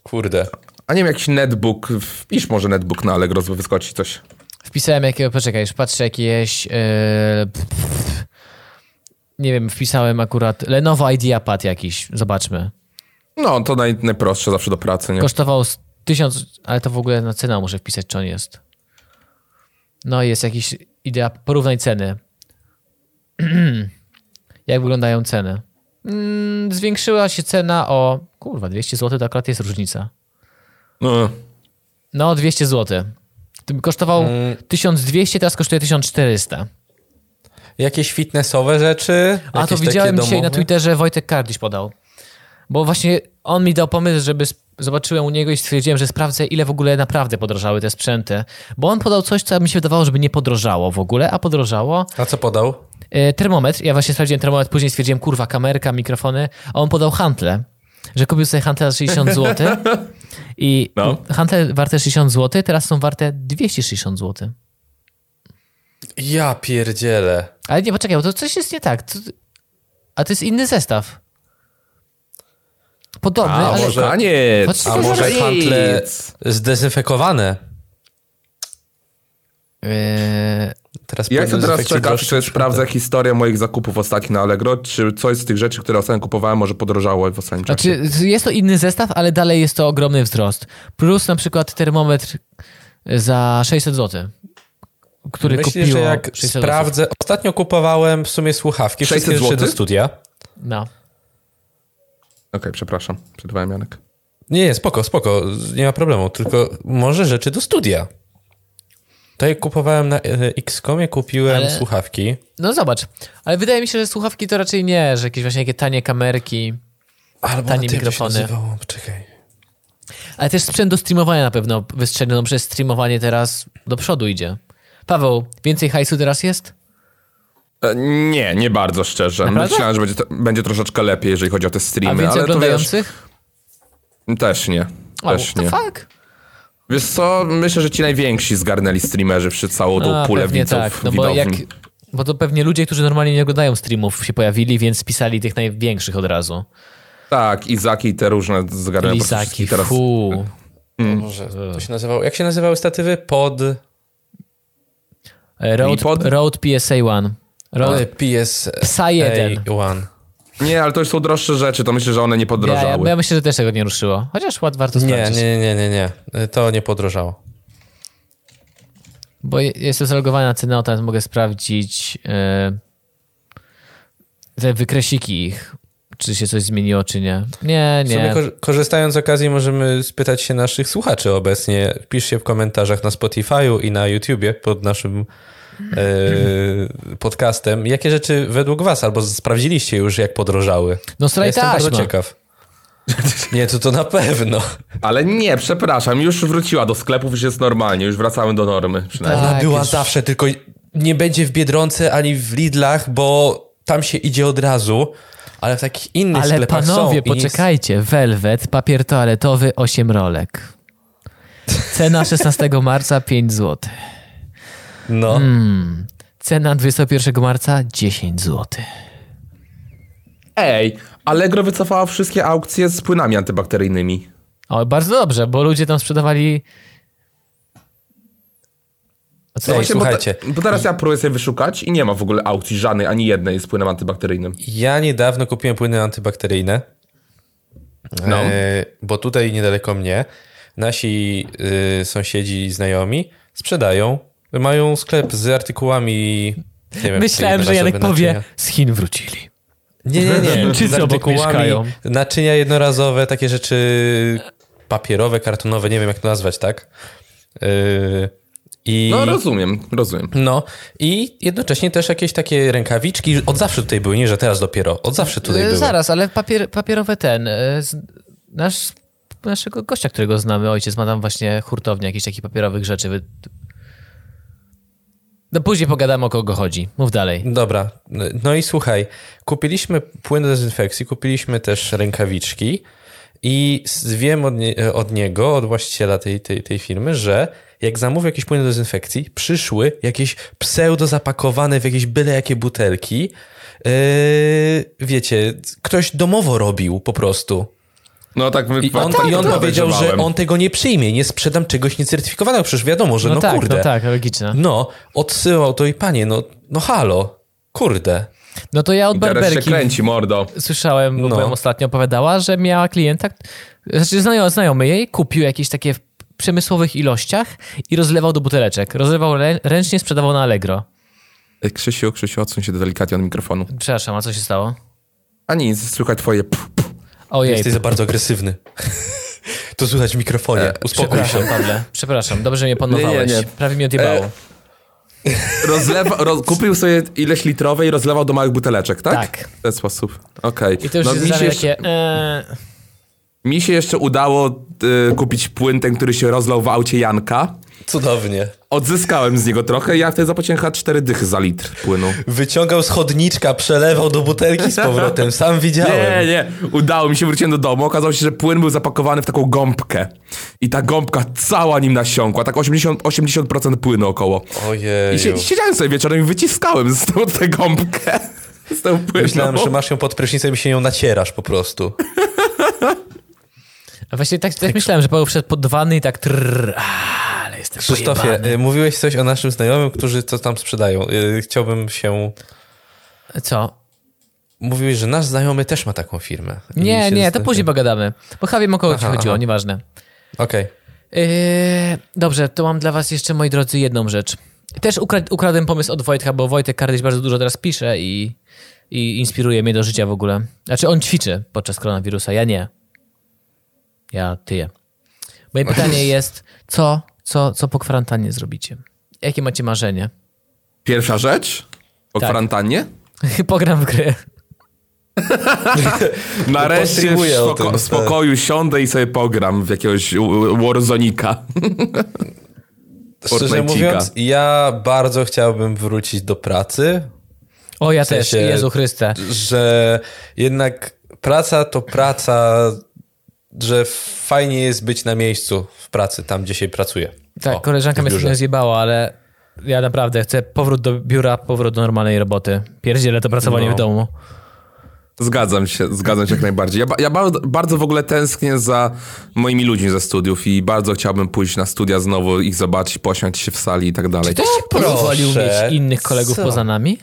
Speaker 2: Kurde.
Speaker 3: A nie wiem, jakiś netbook, wpisz może netbook na Allegro, żeby wyskoczyć coś.
Speaker 1: Wpisałem jakiego, poczekaj, już patrzę jakieś... Yy, pff, pff. nie wiem, wpisałem akurat Lenovo IdeaPad jakiś, zobaczmy.
Speaker 3: No, to naj, najprostsze zawsze do pracy, nie?
Speaker 1: Kosztował s- 1000, ale to w ogóle na cenę muszę wpisać, czy on jest. No jest jakiś idea, porównaj ceny. Jak wyglądają ceny? Mm, zwiększyła się cena o, kurwa, 200 zł to akurat jest różnica.
Speaker 3: No,
Speaker 1: No, 200 zł. Tym kosztował
Speaker 2: Mm.
Speaker 1: 1200, teraz kosztuje 1400.
Speaker 2: Jakieś fitnessowe rzeczy?
Speaker 1: A to
Speaker 2: Jakieś
Speaker 1: widziałem
Speaker 2: takie
Speaker 1: dzisiaj na
Speaker 2: domowe?
Speaker 1: Twitterze, Wojtek Kardiś podał. Bo właśnie on mi dał pomysł, żeby sp- zobaczyłem u niego i stwierdziłem, że sprawdzę, ile w ogóle naprawdę podrożały te sprzęty. Bo on podał coś, co mi się wydawało, żeby nie podrożało w ogóle, a podrożało.
Speaker 2: A co podał?
Speaker 1: E, termometr, ja właśnie sprawdziłem termometr, później stwierdziłem, kurwa, kamerka, mikrofony, a on podał hantle. Że kupił sobie hantle za 60 zł i
Speaker 3: No.
Speaker 1: hantle warte 60 zł, teraz są warte 260 zł.
Speaker 2: Ja pierdzielę.
Speaker 1: Ale nie, poczekaj, bo to coś jest nie tak. Co ty- A to jest inny zestaw. Podobny,
Speaker 3: a
Speaker 1: ale...
Speaker 3: może... nie.
Speaker 1: Chodź,
Speaker 2: A
Speaker 1: Tylko
Speaker 2: może
Speaker 1: zaraz-
Speaker 2: hantle zdezynfekowane?
Speaker 3: Tak
Speaker 1: Eee,
Speaker 2: Teraz
Speaker 3: Ja
Speaker 2: pewnie
Speaker 3: chcę teraz
Speaker 2: dezynfekcji
Speaker 3: czekać,
Speaker 2: groszy
Speaker 3: czy
Speaker 2: przyda.
Speaker 3: sprawdzę historię moich zakupów ostatnich na Allegro, czy coś z tych rzeczy, które ostatnio kupowałem, może podrożało w ostatnim czasie.
Speaker 1: znaczy, jest to inny zestaw, ale dalej jest to ogromny wzrost. Plus na przykład termometr e, za 600 zł, który
Speaker 2: Myślę,
Speaker 1: kupiło
Speaker 2: że jak
Speaker 1: 600 osób.
Speaker 2: sprawdzę... Ostatnio kupowałem w sumie słuchawki,
Speaker 3: 600
Speaker 2: wszystkie jeszcze do
Speaker 3: złotych?
Speaker 2: studia.
Speaker 1: No.
Speaker 3: Okej, przepraszam, przerwałem Janek.
Speaker 2: Nie, nie, spoko, spoko, nie ma problemu, tylko może rzeczy do studia. To jak kupowałem na e, XCOMie, kupiłem
Speaker 1: Ale-
Speaker 2: słuchawki.
Speaker 1: no zobacz, ale wydaje mi się, że słuchawki to raczej nie, że jakieś właśnie takie tanie kamerki,
Speaker 2: Albo
Speaker 1: Tanie
Speaker 2: na tym
Speaker 1: mikrofony.
Speaker 2: Się nazywało, czekaj.
Speaker 1: ale też sprzęt do streamowania na pewno wystrzelił, no przez streamowanie teraz do przodu idzie. Paweł, więcej hajsu teraz jest?
Speaker 3: E, Nie, nie bardzo szczerze.
Speaker 1: Naprawdę?
Speaker 3: Myślałem, że będzie, to, będzie troszeczkę lepiej, jeżeli chodzi o te
Speaker 1: A
Speaker 3: streamy,
Speaker 1: więcej
Speaker 3: ale to wiesz,
Speaker 1: oglądających?
Speaker 3: też nie.
Speaker 1: O,
Speaker 3: Też nie.
Speaker 1: fuck?
Speaker 3: Wiesz co, myślę, że ci najwięksi zgarnęli streamerzy przy całą tą
Speaker 1: A,
Speaker 3: pulę
Speaker 1: pewnie
Speaker 3: widzów
Speaker 1: tak, no bo
Speaker 3: widowni.
Speaker 1: jak... Bo to pewnie ludzie, którzy normalnie nie oglądają streamów się pojawili, więc spisali tych największych od razu.
Speaker 3: Tak, Izaki i te różne zgarnęli. po prostu
Speaker 1: Lizaki,
Speaker 3: wszystkich teraz...
Speaker 1: fu. E.
Speaker 2: Może to się nazywało... Jak się nazywały statywy? Pod...
Speaker 1: E, Road,
Speaker 3: Lipod?
Speaker 1: Road PSA 1. Road...
Speaker 2: PS...
Speaker 1: Psa 1.
Speaker 2: One.
Speaker 3: Nie, ale to już są droższe rzeczy, to myślę, że one nie
Speaker 1: Ja, ja,
Speaker 3: podrożały.
Speaker 1: ja myślę, że też tego nie ruszyło. Chociaż ład warto
Speaker 2: Nie,
Speaker 1: sprawdzić.
Speaker 2: nie, nie, nie, nie. To nie podrożało.
Speaker 1: Bo je- jestem zalogowany na cenę, teraz mogę sprawdzić e, te wykresiki ich. czy się coś zmieniło, czy nie. Nie,
Speaker 2: W sumie
Speaker 1: nie.
Speaker 2: kor- korzystając z okazji możemy spytać się naszych słuchaczy obecnie. Piszcie w komentarzach na Spotify'u i na YouTubie pod naszym e, podcastem. Jakie rzeczy według was, albo sprawdziliście już jak podrożały?
Speaker 1: No straj
Speaker 2: Jestem bardzo
Speaker 1: taśma.
Speaker 2: ciekaw. Nie, to to na pewno.
Speaker 3: Ale nie, przepraszam, już wróciła do sklepów, już jest normalnie, już wracamy do normy przynajmniej.
Speaker 2: Ona
Speaker 1: Tak,
Speaker 2: była
Speaker 1: już-
Speaker 2: zawsze, tylko nie będzie w Biedronce ani w Lidlach, bo tam się idzie od razu, ale w takich innych
Speaker 1: Ale
Speaker 2: sklepach są.
Speaker 1: panowie,
Speaker 2: i nie-
Speaker 1: poczekajcie. Velvet, papier toaletowy, 8 rolek. Cena 16 marca 5 zł.
Speaker 2: No,
Speaker 1: Mm. Cena 21 marca 10 zł.
Speaker 2: Tak.
Speaker 3: Ej, Allegro wycofała wszystkie aukcje z płynami antybakteryjnymi.
Speaker 1: O, bardzo dobrze, bo ludzie tam sprzedawali. A co
Speaker 2: Ej,
Speaker 1: jest?
Speaker 3: No Właśnie, bo,
Speaker 2: słuchajcie.
Speaker 3: te, bo teraz ja próbuję sobie wyszukać i nie ma w ogóle aukcji żadnej, ani jednej z płynem antybakteryjnym.
Speaker 2: ja niedawno kupiłem płyny antybakteryjne.
Speaker 3: No.
Speaker 2: E, bo tutaj niedaleko mnie nasi e, sąsiedzi i znajomi sprzedają, mają sklep z artykułami. Nie wiem,
Speaker 1: Myślałem,
Speaker 2: czyli
Speaker 1: że Janek
Speaker 2: jednorazowe
Speaker 1: powie,
Speaker 2: naczynia.
Speaker 1: z Chin wrócili.
Speaker 2: Nie, nie, nie.
Speaker 1: Czy
Speaker 2: z
Speaker 1: co, obok
Speaker 2: artykułami,
Speaker 1: mieszkają?
Speaker 2: naczynia jednorazowe, takie rzeczy papierowe, kartonowe, nie wiem jak to nazwać, tak? E, I
Speaker 3: No rozumiem, rozumiem.
Speaker 2: No i jednocześnie też jakieś takie rękawiczki, od zawsze tutaj były, nie że teraz dopiero, od zawsze tutaj
Speaker 1: E,
Speaker 2: były.
Speaker 1: Zaraz, ale papier, papierowe ten. e, z- Nasz, naszego gościa, którego znamy, ojciec ma tam właśnie hurtownię jakichś takich papierowych rzeczy. Wy... No później pogadamy o kogo chodzi. Mów dalej.
Speaker 2: Dobra, no i słuchaj, kupiliśmy płyn do dezynfekcji, kupiliśmy też rękawiczki i s- wiem od, nie, od niego, od właściciela tej, tej, tej firmy, że jak zamówił jakieś płyny do dezynfekcji, przyszły jakieś pseudo zapakowane w jakieś byle jakie butelki. Yy, wiecie, ktoś domowo robił po prostu.
Speaker 3: No tak my,
Speaker 2: I on,
Speaker 3: tak,
Speaker 2: i on
Speaker 3: tak
Speaker 2: powiedział, że
Speaker 3: podejrzewałem.
Speaker 2: on tego nie przyjmie, nie sprzedam czegoś niecertyfikowanego, przecież wiadomo, że no,
Speaker 1: tak,
Speaker 2: kurde.
Speaker 1: no tak, logiczne.
Speaker 2: No, odsyłał to i panie, no, no halo, kurde.
Speaker 1: No to ja od
Speaker 3: Teraz się
Speaker 1: Barberki
Speaker 3: kręci, mordo.
Speaker 1: słyszałem, bo
Speaker 2: No.
Speaker 1: byłem ostatnio opowiadała, że miała klienta, znaczy znajomy, znajomy jej, kupił jakieś takie w przemysłowych ilościach i rozlewał do buteleczek. Rozlewał rę- ręcznie, sprzedawał na Allegro.
Speaker 3: Ej, Krzysiu, Krzysiu, odsuń się delikatnie od mikrofonu.
Speaker 1: Przepraszam, a co się stało?
Speaker 3: A nic, słychać twoje pff, pff.
Speaker 1: Ojej,
Speaker 2: Jesteś za bardzo agresywny. to słychać w mikrofonie, uspokój
Speaker 1: E,
Speaker 2: się.
Speaker 1: przepraszam, Pawle. Przepraszam, dobrze mnie
Speaker 3: Nie,
Speaker 1: panowałeś.
Speaker 3: nie, nie.
Speaker 1: Prawie mnie odjebało.
Speaker 3: E, Rozlewa, roz, kupił sobie ileś litrowe i rozlewał do małych buteleczek, tak?
Speaker 1: Tak.
Speaker 3: W ten sposób. Okej.
Speaker 1: I to już
Speaker 3: No,
Speaker 1: jest
Speaker 3: mi, się
Speaker 1: zdanie
Speaker 3: jeszcze,
Speaker 1: takie... E,
Speaker 3: mi się jeszcze udało y, kupić płyn, ten, który się rozlał w aucie Janka.
Speaker 2: Cudownie.
Speaker 3: Odzyskałem z niego trochę i ja wtedy zapłaciłem chyba 4 dychy za litr płynu.
Speaker 2: Wyciągał z chodniczka, przelewał do butelki z powrotem, sam widziałem.
Speaker 3: Nie, nie, udało mi się, wróciłem do domu. Okazało się, że płyn był zapakowany w taką gąbkę. I ta gąbka cała nim nasiąkła, tak 80%, 80% płynu około. I
Speaker 2: Ojej.
Speaker 3: si- siedziałem sobie wieczorem i wyciskałem z tą tę gąbkę. Z tą płyną.
Speaker 2: Myślałem,
Speaker 1: no.
Speaker 2: że masz ją pod prysznicem i się ją nacierasz po prostu.
Speaker 1: a właśnie tak, tak myślałem, że Paweł wszedł pod wanny i tak... Trrr, a, ale jestem
Speaker 2: Krzysztofie,
Speaker 1: pojebany.
Speaker 2: y, mówiłeś coś o naszym znajomym, którzy to tam sprzedają. Y, Chciałbym się...
Speaker 3: e,
Speaker 1: Co?
Speaker 2: Mówiłeś, że nasz znajomy też ma taką firmę. I
Speaker 1: Nie,
Speaker 2: się
Speaker 1: nie, to
Speaker 2: zastanawiam.
Speaker 1: później pogadamy. Bo chyba wiem, o kogo ci
Speaker 2: Aha,
Speaker 1: chodziło,
Speaker 2: aha.
Speaker 1: nieważne.
Speaker 2: Okej.
Speaker 1: Yy, dobrze, to mam dla was jeszcze, moi drodzy, jedną rzecz. Też ukra- ukradłem pomysł od Wojtka, bo Wojtek Kardyś bardzo dużo teraz pisze i, i inspiruje mnie do życia w ogóle. Znaczy, on ćwiczy podczas koronawirusa, ja nie. Ja tyję. Moje pytanie jest, co, co, co po kwarantannie zrobicie? Jakie macie marzenie?
Speaker 3: Pierwsza rzecz o
Speaker 1: Tak.
Speaker 3: kwarantannie.
Speaker 1: Pogram w gry.
Speaker 3: Nareszcie w
Speaker 2: Postreamuję o
Speaker 3: spoko-
Speaker 2: tym,
Speaker 3: w spokoju
Speaker 1: Tak.
Speaker 3: siądę i sobie pogram w jakiegoś u- Warzonika.
Speaker 2: Szczerze
Speaker 3: Fortnite'ika.
Speaker 2: mówiąc, ja bardzo chciałbym wrócić do pracy,
Speaker 1: O, ja
Speaker 2: sensie-
Speaker 1: też, Jezu Chryste.
Speaker 2: że jednak praca to praca, że fajnie jest być na miejscu w pracy, tam gdzie się pracuje.
Speaker 1: Tak,
Speaker 2: O,
Speaker 1: koleżanka
Speaker 2: w
Speaker 1: mnie
Speaker 2: biurze.
Speaker 1: strasznie zjebała, ale ja naprawdę chcę powrót do biura, powrót do normalnej roboty. Pierdzielę to pracowanie
Speaker 2: No.
Speaker 1: w domu.
Speaker 3: Zgadzam się, zgadzam się jak najbardziej. Ja, ba- ja bardzo, bardzo w ogóle tęsknię za moimi ludźmi ze studiów i bardzo chciałbym pójść na studia znowu, ich zobaczyć, posiąść się w sali i tak dalej.
Speaker 1: Ktoś ci
Speaker 2: proszę,
Speaker 1: pozwolił mieć innych kolegów
Speaker 2: co?
Speaker 1: poza nami?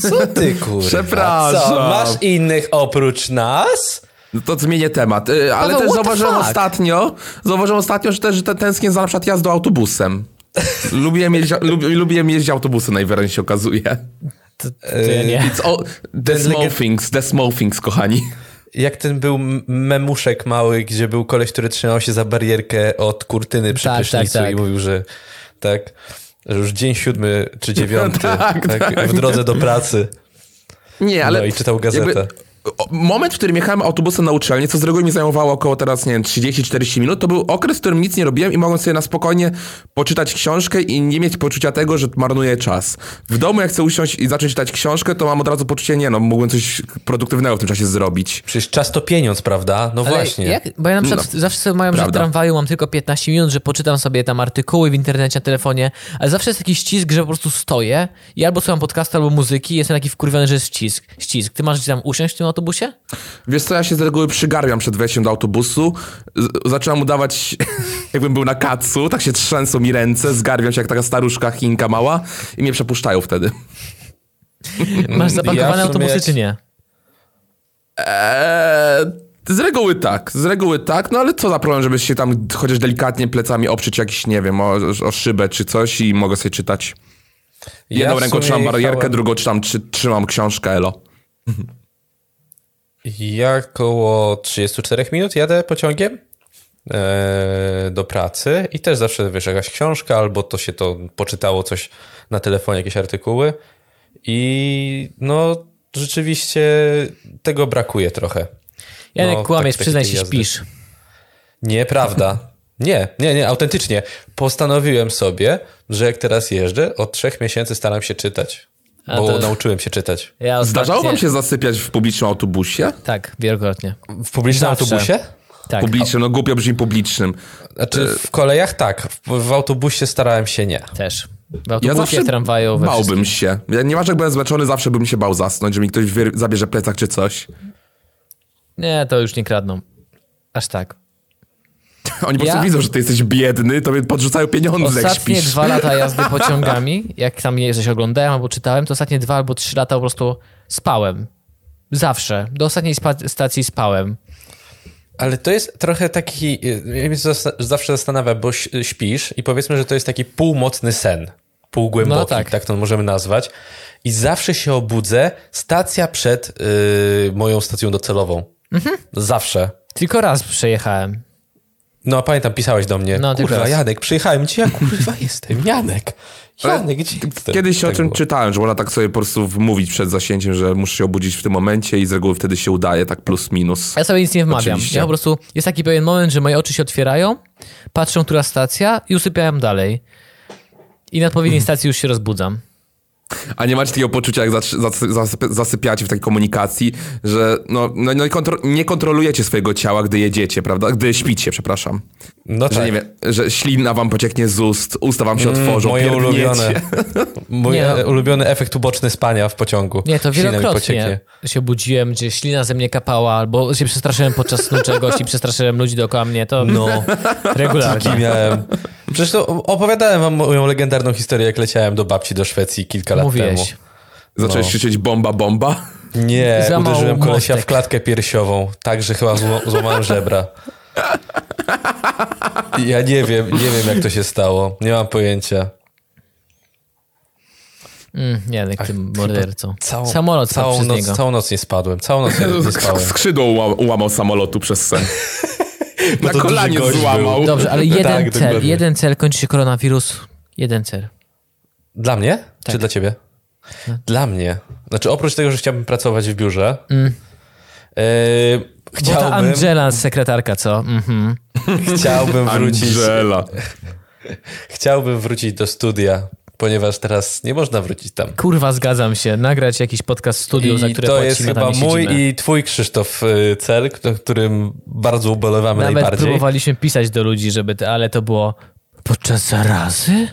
Speaker 2: Co ty kurwa?
Speaker 3: Przepraszam.
Speaker 2: Co, masz innych oprócz nas?
Speaker 3: No to zmienię temat. Y, Ale
Speaker 1: Paweł,
Speaker 3: też
Speaker 1: what the
Speaker 3: zauważyłem
Speaker 1: fuck?
Speaker 3: ostatnio, zauważyłem ostatnio, że też że te- tęsknię za na przykład jazdą autobusem. lubiłem, jeździć, lub, lubiłem jeździć autobusem najwyraźniej się okazuje.
Speaker 1: To, to ja nie.
Speaker 3: Y, It's all, the small
Speaker 2: legend-
Speaker 3: things, the small things, kochani.
Speaker 2: jak ten był m- memuszek mały, gdzie był koleś, który trzymał się za barierkę od kurtyny przy
Speaker 1: Tak,
Speaker 2: prysznicu
Speaker 1: tak, tak.
Speaker 2: i mówił, że tak, że już dzień siódmy czy dziewiąty
Speaker 3: Tak,
Speaker 2: tak,
Speaker 3: tak.
Speaker 2: w drodze do pracy.
Speaker 3: Nie, ale...
Speaker 2: No i czytał gazetę.
Speaker 3: o- moment, w którym jechałem autobusem na uczelnię, co z reguły mi zajmowało około teraz, nie wiem, 30-40 minut, to był okres, w którym nic nie robiłem i mogłem sobie na spokojnie poczytać książkę i nie mieć poczucia tego, że marnuję czas. W domu jak chcę usiąść i zacząć czytać książkę, to mam od razu poczucie, nie no, mógłbym coś produktywnego w tym czasie zrobić.
Speaker 2: Przecież czas to pieniądz, prawda? No
Speaker 1: Ale
Speaker 2: właśnie. No.
Speaker 1: Jak, bo ja na przykład zawsze sobie mam, że w
Speaker 3: Prawda.
Speaker 1: tramwaju mam tylko 15 minut, że poczytam sobie tam artykuły w internecie, na telefonie, ale zawsze jest jakiś ścisk, że po prostu stoję i albo słucham podcastu, albo muzyki i jestem taki wkurwiony, że jest ścisk. ścisk. Ty masz gdzieś tam usiąść w tym autobusie?
Speaker 2: Mm,
Speaker 3: Wiesz co, ja się z reguły przygarbiam przed wejściem do autobusu, z- zaczynam udawać, jakbym był na kacu, tak się trzęsą mi ręce, zgarbiam się jak taka staruszka chinka mała i mnie przepuszczają wtedy.
Speaker 1: Masz zaparkowane
Speaker 2: ja w sumie-
Speaker 1: autobusy czy nie?
Speaker 3: Eee, z reguły tak, z reguły tak, no ale co za problem, żeby się tam chociaż delikatnie plecami oprzeć jakiś, nie wiem, o, o szybę czy coś i mogę sobie czytać. Jedną
Speaker 2: w
Speaker 3: ręką
Speaker 2: sumie
Speaker 3: trzymam barierkę,
Speaker 2: jechałem-
Speaker 3: drugą trzymam, czy, trzymam książkę, elo.
Speaker 2: Ja około 34 minut jadę pociągiem e, do pracy i też zawsze wiesz, jakaś książka albo to się to poczytało coś na telefonie, jakieś artykuły i no rzeczywiście tego brakuje trochę.
Speaker 1: Janek,
Speaker 2: No,
Speaker 1: kłamiesz,
Speaker 2: tak- takiej
Speaker 1: przyznaj
Speaker 2: tej
Speaker 1: się,
Speaker 2: jazdy.
Speaker 1: śpisz.
Speaker 2: Nieprawda. Nie, nie, nie, autentycznie. Postanowiłem sobie, że jak teraz jeżdżę, od trzech miesięcy staram się czytać,
Speaker 1: A
Speaker 2: bo
Speaker 1: to-
Speaker 2: nauczyłem się czytać.
Speaker 1: Ja ostatnio-
Speaker 3: Zdarzało wam się zasypiać w publicznym autobusie?
Speaker 1: Tak, wielokrotnie.
Speaker 2: W publicznym
Speaker 1: Zawsze.
Speaker 2: autobusie?
Speaker 1: Tak.
Speaker 3: Publicznym, no głupio brzmi publicznym.
Speaker 2: Znaczy
Speaker 1: E,
Speaker 2: w kolejach tak, w, w autobusie starałem się nie.
Speaker 1: Też. W
Speaker 3: Ja
Speaker 1: autobusie,
Speaker 3: zawsze
Speaker 1: w tramwaju, we wszystkim.
Speaker 3: bałbym się. Ja, nieważne jak byłem zmęczony, zawsze bym się bał zasnąć, że mi ktoś wyr- zabierze plecak czy coś.
Speaker 1: Nie, to już nie kradną. Aż tak.
Speaker 3: Oni po prostu
Speaker 1: Ja-
Speaker 3: widzą, że ty jesteś biedny, to mnie podrzucają pieniądze, jak
Speaker 1: Ostatnie
Speaker 3: śpisz.
Speaker 1: dwa lata jazdy pociągami, jak tam je- żeś oglądałem albo czytałem, to ostatnie dwa albo trzy lata po prostu spałem. Zawsze. Do ostatniej spa- stacji spałem.
Speaker 2: Ale to jest trochę taki, e, ja mnie zas- zawsze zastanawia, bo ś- śpisz i powiedzmy, że to jest taki półmocny sen, półgłęboki,
Speaker 1: No tak.
Speaker 2: tak. to możemy nazwać. I zawsze się obudzę, stacja przed yy, moją stacją docelową.
Speaker 1: Mhm.
Speaker 2: Zawsze.
Speaker 1: Tylko raz przejechałem.
Speaker 2: No a pamiętam, pisałeś do mnie,
Speaker 1: No,
Speaker 2: no,
Speaker 1: ty
Speaker 2: kurwa
Speaker 1: teraz.
Speaker 2: Janek, przyjechałem cię, ja kurwa jestem, Janek, Janek, gdzie jestem?
Speaker 3: Kiedyś o
Speaker 2: Tak
Speaker 3: czym
Speaker 2: było.
Speaker 3: czytałem, że można tak sobie po prostu mówić przed zasięciem, że muszę się obudzić w tym momencie i z reguły wtedy się udaje, tak plus minus.
Speaker 1: Ja sobie nic nie wmawiam.
Speaker 3: Oczywiście.
Speaker 1: Ja po prostu jest taki pewien moment, że moje oczy się otwierają, patrzą, która stacja i usypiałem dalej. I na odpowiedniej
Speaker 2: Mhm.
Speaker 1: stacji już się rozbudzam.
Speaker 3: A nie macie takiego poczucia, jak zasy- zasy- zasyp- zasypiacie w takiej komunikacji, że no, no, no i kontro nie kontrolujecie swojego ciała, gdy jedziecie, prawda? Gdy śpicie, przepraszam.
Speaker 2: No
Speaker 3: Że
Speaker 2: tak.
Speaker 3: nie wiem, że ślina wam pocieknie z ust, usta wam się otworzą,
Speaker 2: moje
Speaker 3: pierdniecie.
Speaker 2: ulubione, mój
Speaker 1: Nie,
Speaker 2: e,
Speaker 1: no.
Speaker 2: ulubiony efekt uboczny spania w pociągu.
Speaker 1: Nie, to
Speaker 2: Ślina mi
Speaker 1: wielokrotnie
Speaker 2: pocieknie.
Speaker 1: się budziłem, gdzie ślina ze mnie kapała, albo się przestraszyłem podczas snu czegoś i przestraszyłem ludzi dookoła mnie. To
Speaker 2: No.
Speaker 1: regularnie.
Speaker 2: Taki miałem. Przecież to opowiadałem wam moją legendarną historię, jak leciałem do babci do Szwecji kilka lat
Speaker 1: Mówiłeś.
Speaker 3: Zacząłeś
Speaker 2: No.
Speaker 3: krzyczeć bomba, bomba.
Speaker 2: temu. Nie,
Speaker 1: Za mało
Speaker 2: uderzyłem kolesia
Speaker 1: mostek.
Speaker 2: w klatkę piersiową, tak, że chyba zło- złamałem żebra. Ja nie wiem, nie wiem jak to się stało. Nie mam pojęcia.
Speaker 1: Mm, Janek, tym mordercą.
Speaker 2: Całą,
Speaker 1: Samolot spadł
Speaker 2: całą,
Speaker 1: przez
Speaker 2: noc,
Speaker 1: niego.
Speaker 2: całą noc nie spadłem. Całą noc nie, nie spałem.
Speaker 3: Skrzydło ułamał, ułamał samolotu przez sen. Na
Speaker 2: to duży
Speaker 3: kolanie
Speaker 2: gość był.
Speaker 3: złamał.
Speaker 1: Dobrze, ale jeden
Speaker 2: Tak,
Speaker 1: cel,
Speaker 2: dokładnie.
Speaker 1: jeden cel, kończy się koronawirus. Jeden cel.
Speaker 2: Dla mnie?
Speaker 1: Tak.
Speaker 2: Czy dla ciebie?
Speaker 1: No.
Speaker 2: Dla mnie. Znaczy, oprócz tego, że chciałbym pracować w biurze, e,
Speaker 1: Mm. Bo ta
Speaker 2: chciałbym,
Speaker 1: Angela, sekretarka, co? Mhm.
Speaker 2: chciałbym wrócić
Speaker 3: Angela.
Speaker 2: Chciałbym wrócić do studia, ponieważ teraz nie można wrócić tam.
Speaker 1: Kurwa, zgadzam się. Nagrać jakiś podcast w studiu, za
Speaker 2: I
Speaker 1: które
Speaker 2: to
Speaker 1: płacimy,
Speaker 2: jest
Speaker 1: a
Speaker 2: chyba
Speaker 1: nie
Speaker 2: mój
Speaker 1: siedzimy.
Speaker 2: i twój Krzysztof y, cel, kto- którym bardzo ubolewamy
Speaker 1: Nawet
Speaker 2: najbardziej.
Speaker 1: próbowaliśmy pisać do ludzi, żeby... Te, ale to było podczas zarazy?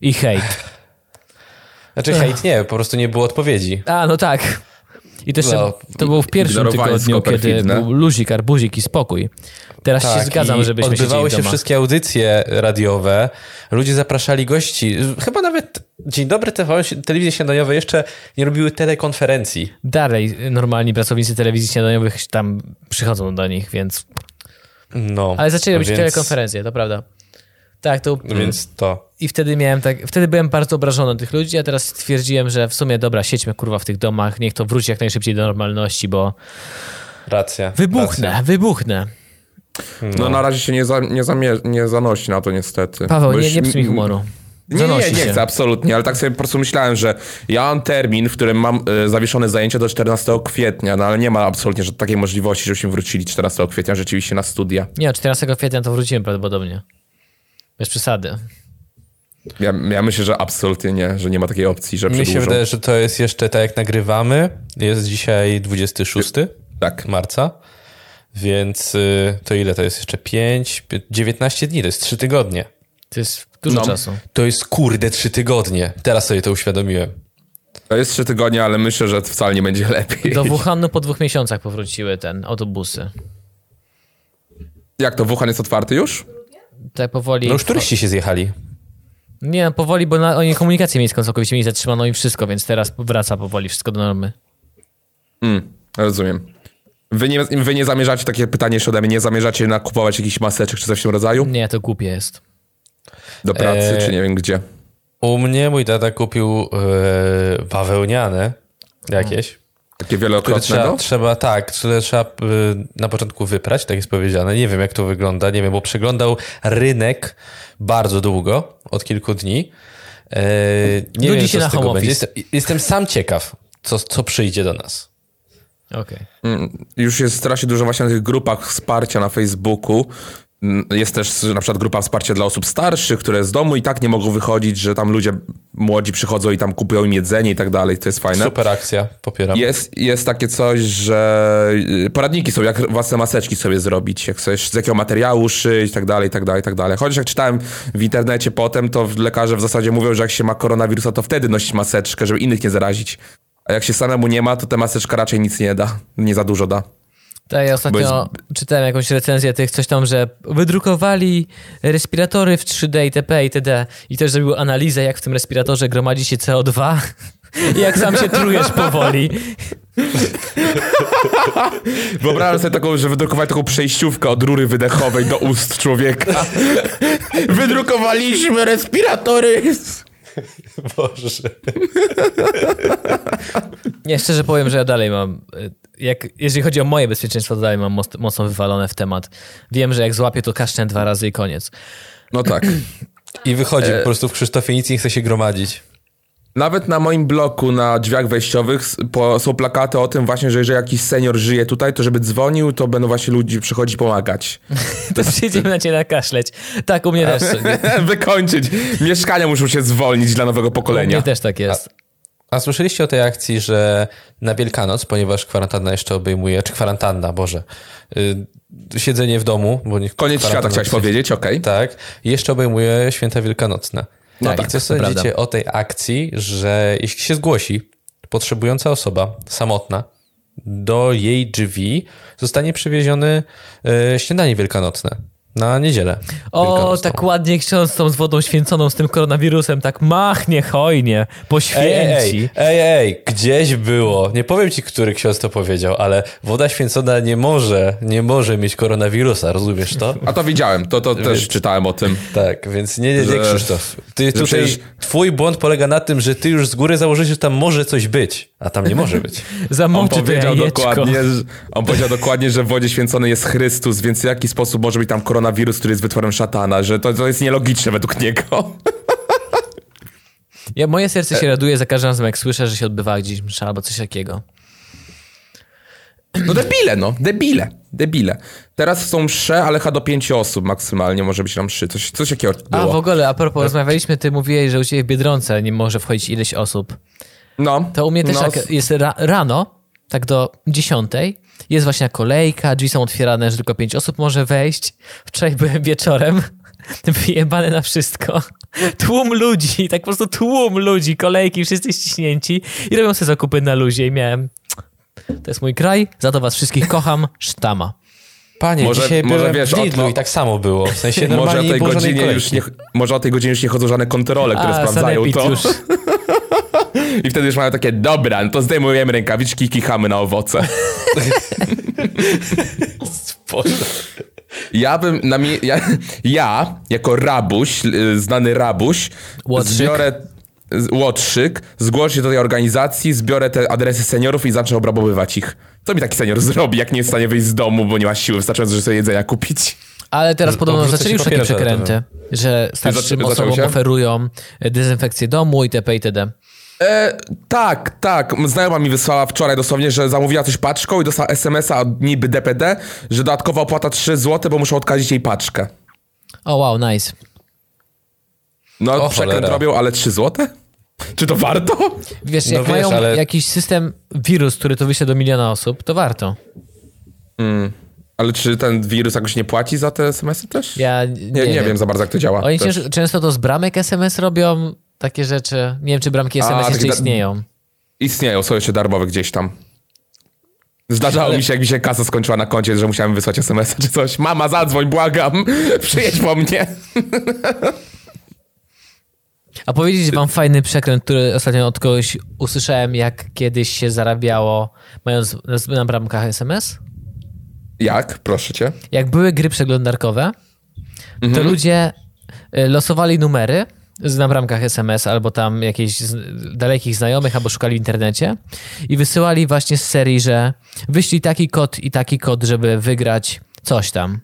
Speaker 1: I hejt.
Speaker 2: Znaczy hejt nie, po prostu nie było odpowiedzi.
Speaker 1: A, no tak. I też
Speaker 2: No,
Speaker 1: to było w pierwszym
Speaker 3: ignorowańsko
Speaker 1: tygodniu, kiedy
Speaker 3: perfidne.
Speaker 1: był luzik, arbuzik i spokój. Teraz się zgadzam,
Speaker 2: Tak, i
Speaker 1: żebyśmy
Speaker 2: Odbywały
Speaker 1: siedzieli
Speaker 2: się
Speaker 1: doma.
Speaker 2: wszystkie audycje radiowe, ludzie zapraszali gości. Chyba nawet Dzień Dobry TV, telewizje śniadaniowe jeszcze nie robiły telekonferencji.
Speaker 1: dalej normalni pracownicy telewizji śniadaniowych tam przychodzą do nich, więc.
Speaker 2: No,
Speaker 1: Ale zaczęli robić
Speaker 2: więc- No
Speaker 1: telekonferencje, to prawda. Tak, to.
Speaker 2: Więc to.
Speaker 1: I wtedy miałem tak. Wtedy byłem bardzo obrażony tych ludzi, a teraz stwierdziłem, że w sumie dobra, siedźmy kurwa w tych domach, niech to wróci jak najszybciej do normalności, bo
Speaker 2: Racja.
Speaker 1: Wybuchnę,
Speaker 2: Racja.
Speaker 1: wybuchnę.
Speaker 3: No na razie się nie, za, nie, zamie- nie zanosi na to niestety.
Speaker 1: Paweł,
Speaker 3: Bo
Speaker 1: nie,
Speaker 3: już-
Speaker 1: nie psuj mi humoru.
Speaker 3: Nie, nie, nie
Speaker 1: Zanosi się.
Speaker 3: chcę, absolutnie, ale tak sobie po prostu myślałem, że ja mam termin, w którym mam e, zawieszone zajęcia do 14 kwietnia, no ale nie ma absolutnie że takiej możliwości, żebyśmy wrócili 14 kwietnia rzeczywiście na studia.
Speaker 1: Nie, 14 kwietnia to wróciłem prawdopodobnie. Bez przesady.
Speaker 3: Ja, ja myślę, że absolutnie nie, że nie ma takiej opcji, że
Speaker 2: Mi się
Speaker 3: przedłużą.
Speaker 2: wydaje, że to jest jeszcze tak jak nagrywamy. Jest dzisiaj 26
Speaker 3: Tak.
Speaker 2: marca, więc y, to ile to jest jeszcze? 5, 19 dni, to jest 3 tygodnie.
Speaker 1: To jest dużo
Speaker 3: No.
Speaker 1: czasu.
Speaker 2: To jest kurde 3 tygodnie. Teraz sobie to uświadomiłem.
Speaker 3: To jest trzy tygodnie, ale myślę, że wcale nie będzie lepiej.
Speaker 1: Do Wuhanu po dwóch miesiącach powróciły ten autobusy.
Speaker 3: Jak to, Wuhan jest otwarty już?
Speaker 1: Tak powoli.
Speaker 2: No już turyści się zjechali.
Speaker 1: Nie, no powoli, bo na, oni komunikację miejską całkowicie mieli zatrzymaną i wszystko, więc teraz wraca powoli wszystko do normy.
Speaker 3: Mm, rozumiem. Wy nie, wy nie zamierzacie, takie pytanie jeszcze ode mnie, nie zamierzacie nakupować jakichś maseczek czy coś w tym rodzaju?
Speaker 1: Nie, to głupie jest.
Speaker 3: Do pracy,
Speaker 2: Eee.
Speaker 3: czy nie wiem gdzie?
Speaker 2: U mnie mój tata kupił yy, bawełniane jakieś.
Speaker 3: Takie
Speaker 2: które
Speaker 3: wielokrotnego?
Speaker 2: Trzeba, trzeba, tak, które trzeba y, na początku wyprać, tak jest powiedziane. Nie wiem, jak to wygląda, nie wiem, bo przeglądał rynek bardzo długo, od kilku dni. E, nie
Speaker 1: Nudzi
Speaker 2: wiem,
Speaker 1: się
Speaker 2: co
Speaker 1: na
Speaker 2: z tego
Speaker 1: home
Speaker 2: będzie.
Speaker 1: office.
Speaker 2: Jestem, jestem sam ciekaw, co, co przyjdzie do nas.
Speaker 1: Okej.
Speaker 3: Mm, Już jest strasznie dużo właśnie na tych grupach wsparcia na Facebooku. Mm, Jest też na przykład grupa wsparcia dla osób starszych, które z domu i tak nie mogą wychodzić, że tam ludzie młodzi przychodzą i tam kupują im jedzenie i tak dalej. To jest fajne.
Speaker 2: Super akcja, popieram.
Speaker 3: Jest, jest takie coś, że y, poradniki są, jak własne maseczki sobie zrobić, jak coś, z jakiego materiału szyć, tak dalej, tak dalej, tak dalej. Chociaż jak czytałem w internecie potem, to lekarze w zasadzie mówią, że jak się ma koronawirusa, to wtedy nosić maseczkę, żeby innych nie zarazić. A jak się samemu nie ma, to ta maseczka raczej nic nie da, nie za dużo da.
Speaker 1: Tak, ja ostatnio czytałem jakąś recenzję tych, coś tam, że wydrukowali respiratory w 3D itp. itd. I też zrobił analizę, jak w tym respiratorze gromadzi się CO2 i jak sam się trujesz powoli.
Speaker 3: Wyobrażam sobie taką, że wydrukowali taką przejściówkę od rury wydechowej do ust człowieka. Wydrukowaliśmy respiratory.
Speaker 2: Boże.
Speaker 1: Nie, szczerze powiem, że ja dalej mam, y, jak, jeżeli chodzi o moje bezpieczeństwo, to dalej mam most- mocno wywalone w temat. Wiem, że jak złapię, to kaszczę dwa razy i koniec.
Speaker 3: No tak.
Speaker 2: I wychodzi po prostu w Krzysztofie, nic nie chce się gromadzić.
Speaker 3: Nawet na moim bloku na drzwiach wejściowych s- po, są plakaty o tym właśnie, że jeżeli jakiś senior żyje tutaj, to żeby dzwonił, to będą właśnie ludzi przychodzić pomagać.
Speaker 1: To przyjdziemy na ciebie nakaszleć. Tak, u mnie też,
Speaker 3: Wykończyć. Mieszkania muszą się zwolnić dla nowego
Speaker 1: u mnie
Speaker 3: pokolenia.
Speaker 1: też tak jest.
Speaker 2: A słyszeliście o tej akcji, że na Wielkanoc, ponieważ kwarantanna jeszcze obejmuje, czy kwarantanna, Boże, y, siedzenie w domu, bo nie,
Speaker 3: Koniec świata
Speaker 2: kwarantanna
Speaker 3: chciałeś
Speaker 2: się-
Speaker 3: powiedzieć, okej.
Speaker 2: Tak, jeszcze obejmuje święta wielkanocne.
Speaker 1: No
Speaker 2: No tak,
Speaker 1: tak,
Speaker 2: I co
Speaker 1: to prawda.
Speaker 2: sądzicie o tej akcji, że jeśli się zgłosi potrzebująca osoba, samotna, do jej drzwi zostanie przywiezione e, śniadanie wielkanocne na niedzielę.
Speaker 1: O,
Speaker 2: wielkanocną.
Speaker 1: tak ładnie ksiądz tą z wodą święconą, z tym koronawirusem, tak machnie hojnie,
Speaker 2: Ej,
Speaker 1: poświęci.
Speaker 2: ej, ej, ej, gdzieś było. Nie powiem ci, który ksiądz to powiedział, ale woda święcona nie może, nie może mieć koronawirusa, rozumiesz to?
Speaker 3: A to widziałem, to, to też czytałem o tym.
Speaker 2: Tak, więc nie, nie, nie
Speaker 3: Że-
Speaker 2: Krzysztof. Ty tutaj,
Speaker 3: przecież-
Speaker 2: Twój błąd polega na tym, że ty już z góry założyłeś, że tam może coś być, a tam nie może być.
Speaker 3: On
Speaker 1: Zamoczy to
Speaker 3: powiedział,
Speaker 1: jajeczko.
Speaker 3: dokładnie, że- on powiedział dokładnie, że w wodzie święcony jest Chrystus, więc w jaki sposób może być tam koronawirus, który jest wytworem szatana, że to, to jest nielogiczne według niego.
Speaker 1: Ja, moje serce się raduje za każdym razem, jak słyszę, że się odbywała gdzieś msza albo coś takiego.
Speaker 3: No debile, no, debile, debile. Teraz są msze, ale chyba do pięciu osób maksymalnie może być na mszy. Coś, coś jakiego
Speaker 1: A w
Speaker 3: było.
Speaker 1: ogóle, a propos, rozmawialiśmy, ty mówiłeś, że u ciebie w Biedronce nie może wchodzić ileś osób.
Speaker 3: No.
Speaker 1: To u mnie też
Speaker 3: no,
Speaker 1: tak jest ra rano, tak do dziesiątej, jest właśnie kolejka, drzwi są otwierane, że tylko pięć osób może wejść. Wczoraj byłem wieczorem, wyjebane na wszystko. Tłum ludzi, tak po prostu tłum ludzi, kolejki, wszyscy ściśnięci i robią sobie zakupy na luzie i miałem... To jest mój kraj, za to was wszystkich kocham, sztama.
Speaker 2: Panie,
Speaker 3: Może-
Speaker 2: dzisiaj
Speaker 3: może
Speaker 2: byłem
Speaker 3: wiesz,
Speaker 2: w Lidlu
Speaker 3: odno-
Speaker 2: i tak samo było. W sensie
Speaker 3: Może o,
Speaker 2: normalnie
Speaker 3: tej
Speaker 2: nie było żadnej
Speaker 3: godzinie już
Speaker 2: kolejki.
Speaker 3: nie, może o tej godzinie już nie chodzą żadne kontrole, które
Speaker 1: A,
Speaker 3: sprawdzają
Speaker 1: sanepid
Speaker 3: to.
Speaker 1: już.
Speaker 3: I wtedy już mają takie, dobra, no to zdejmujemy rękawiczki i kichamy na owoce.
Speaker 2: Boże.
Speaker 3: Ja bym, na mi, ja, ja, jako rabuś, y, znany rabuś,
Speaker 1: Łotrzyk?
Speaker 3: zbiorę... z- łotrzyk, zgłoś się do tej organizacji, zbiorę te adresy seniorów i zacznę obrabowywać ich. Co mi taki senior zrobi, jak nie jest w stanie wyjść z domu, bo nie ma siły wystarczająco, żeby sobie jedzenia kupić?
Speaker 1: Ale teraz podobno
Speaker 2: obrzucę
Speaker 1: zaczęli
Speaker 2: ci
Speaker 1: już takie
Speaker 2: papierem
Speaker 1: przekręty, że starszym
Speaker 3: zaczę- zaczęło
Speaker 1: osobom
Speaker 3: się?
Speaker 1: oferują e, dezynfekcję domu itp. itd.
Speaker 3: E, tak, tak. Znajoma mi wysłała wczoraj dosłownie, że zamówiła coś paczką i dostała SMS-a od niby DPD, że dodatkowa opłata 3 zł, bo muszą odkazić jej paczkę.
Speaker 1: O wow, nice.
Speaker 3: No,
Speaker 2: O,
Speaker 3: przekręt
Speaker 2: cholera.
Speaker 3: robią, ale 3 zł? Czy to warto?
Speaker 1: Wiesz,
Speaker 2: No
Speaker 1: jak
Speaker 2: wiesz,
Speaker 1: mają
Speaker 2: ale-
Speaker 1: jakiś system, wirus, który to wyśle do miliona osób, to warto.
Speaker 3: Ale czy ten wirus jakoś nie płaci za te SMS-y też?
Speaker 1: Ja nie,
Speaker 3: nie, nie wiem. za bardzo, jak to działa.
Speaker 1: Oni
Speaker 3: też.
Speaker 1: cięż, często to z bramek SMS robią takie rzeczy. Nie wiem, czy bramki SMS
Speaker 3: takie
Speaker 1: jeszcze
Speaker 3: da-
Speaker 1: istnieją.
Speaker 3: Istnieją, są jeszcze darmowe gdzieś tam. Zdarzało mi się, jak mi się kasa skończyła na koncie, że musiałem wysłać SMS-a czy coś. Mama, zadzwoń, błagam, przyjedź po mnie.
Speaker 1: A powiedzieć wam fajny przekręt, który ostatnio od kogoś usłyszałem, jak kiedyś się zarabiało, mając na- na bramkach SMS?
Speaker 3: Jak? Proszę cię.
Speaker 1: Jak były gry przeglądarkowe, to ludzie y, losowali numery z- na bramkach SMS albo tam jakichś z- dalekich znajomych, albo szukali w internecie i wysyłali właśnie z serii, że wyślij taki kod i taki kod, żeby wygrać coś tam.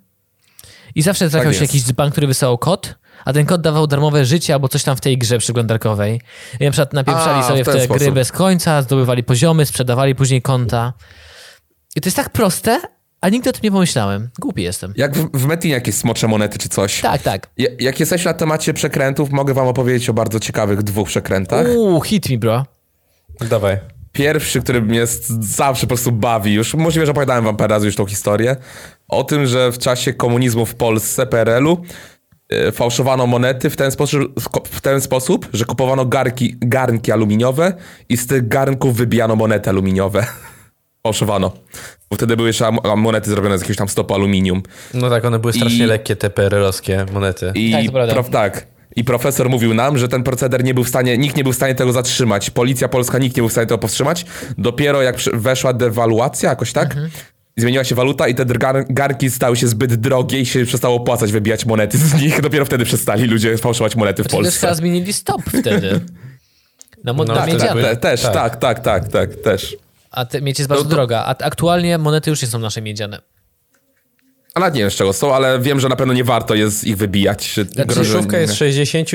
Speaker 1: I zawsze trafiał się
Speaker 3: jest.
Speaker 1: jakiś dzban, który wysyłał kod, a ten kod dawał darmowe życie albo coś tam w tej grze przeglądarkowej. I na przykład napieprzali
Speaker 3: A,
Speaker 1: sobie w
Speaker 3: w ten
Speaker 1: te gry
Speaker 3: sposób.
Speaker 1: bez końca, zdobywali poziomy, sprzedawali później konta. I to jest tak proste, a nigdy o tym nie pomyślałem. Głupi jestem.
Speaker 3: Jak w, w Metinie jakieś smocze monety czy coś.
Speaker 1: Tak, tak.
Speaker 3: Ja- Jak jesteś na temacie przekrętów, mogę wam opowiedzieć o bardzo ciekawych dwóch przekrętach.
Speaker 1: Uuu, hit mi, bro.
Speaker 2: Dawaj.
Speaker 3: Pierwszy, który mnie z- zawsze po prostu bawi już, możliwe, że opowiadałem wam parę razy już tą historię, o tym, że w czasie komunizmu w Polsce, PRL-u, y, fałszowano monety w ten, sposób, w ko- w ten sposób, że kupowano garki, garnki aluminiowe i z tych garnków wybijano monety aluminiowe. Fałszowano. Bo wtedy były jeszcze am- monety zrobione z jakiegoś tam stopu aluminium.
Speaker 2: No tak, one były strasznie
Speaker 3: I-
Speaker 2: lekkie, te PRL-owskie monety.
Speaker 3: I
Speaker 1: Tak, to prawda.
Speaker 3: prof, tak. I profesor mówił nam, że ten proceder nie był w stanie, nikt nie był w stanie tego zatrzymać. Policja polska, nikt nie był w stanie tego powstrzymać. Dopiero jak przy- weszła dewaluacja, jakoś tak,
Speaker 1: Mhm.
Speaker 3: zmieniła się waluta i te drgar- garki stały się zbyt drogie i się przestało opłacać wybijać monety z nich. Dopiero wtedy przestali ludzie fałszować monety w
Speaker 1: Czy też
Speaker 3: Polsce.
Speaker 1: teraz zmienili stop wtedy. Na, mo-
Speaker 2: No,
Speaker 1: na
Speaker 2: tak,
Speaker 1: miedziane.
Speaker 2: jakby-
Speaker 3: Te, też,
Speaker 2: Tak.
Speaker 3: tak. tak, tak, tak, też.
Speaker 1: A te miedź jest bardzo
Speaker 3: No to-
Speaker 1: droga. A t- aktualnie monety już nie są nasze miedziane.
Speaker 3: Ale nie wiem z czego są, ale wiem, że na pewno nie warto jest ich wybijać.
Speaker 1: Znaczy,
Speaker 3: Grożą-
Speaker 2: Krzyżówka jest w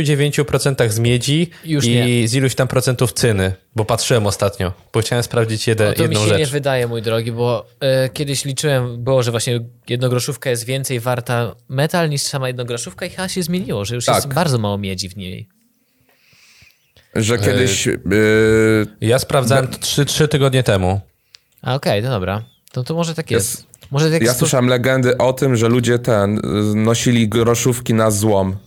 Speaker 2: 69% z miedzi
Speaker 1: Już
Speaker 2: i
Speaker 1: nie.
Speaker 2: z iluś tam procentów cyny, bo patrzyłem ostatnio, bo chciałem sprawdzić jede,
Speaker 1: No to mi
Speaker 2: jedną
Speaker 1: się nie
Speaker 2: rzecz.
Speaker 1: wydaje, mój drogi, bo e, kiedyś liczyłem, było, że właśnie jednogroszówka jest więcej warta metal niż sama jednogroszówka i chyba się zmieniło, że już
Speaker 3: Tak.
Speaker 1: jest bardzo mało miedzi w niej.
Speaker 3: Że kiedyś... Yy,
Speaker 2: Ja sprawdzałem
Speaker 1: No.
Speaker 2: 3, trzy tygodnie temu.
Speaker 1: A okej, no dobra. To, to może tak jest.
Speaker 3: Jest-
Speaker 1: Może tak
Speaker 3: ja
Speaker 1: jest.
Speaker 3: słyszałem legendy o tym, że ludzie ten y, nosili groszówki na złom.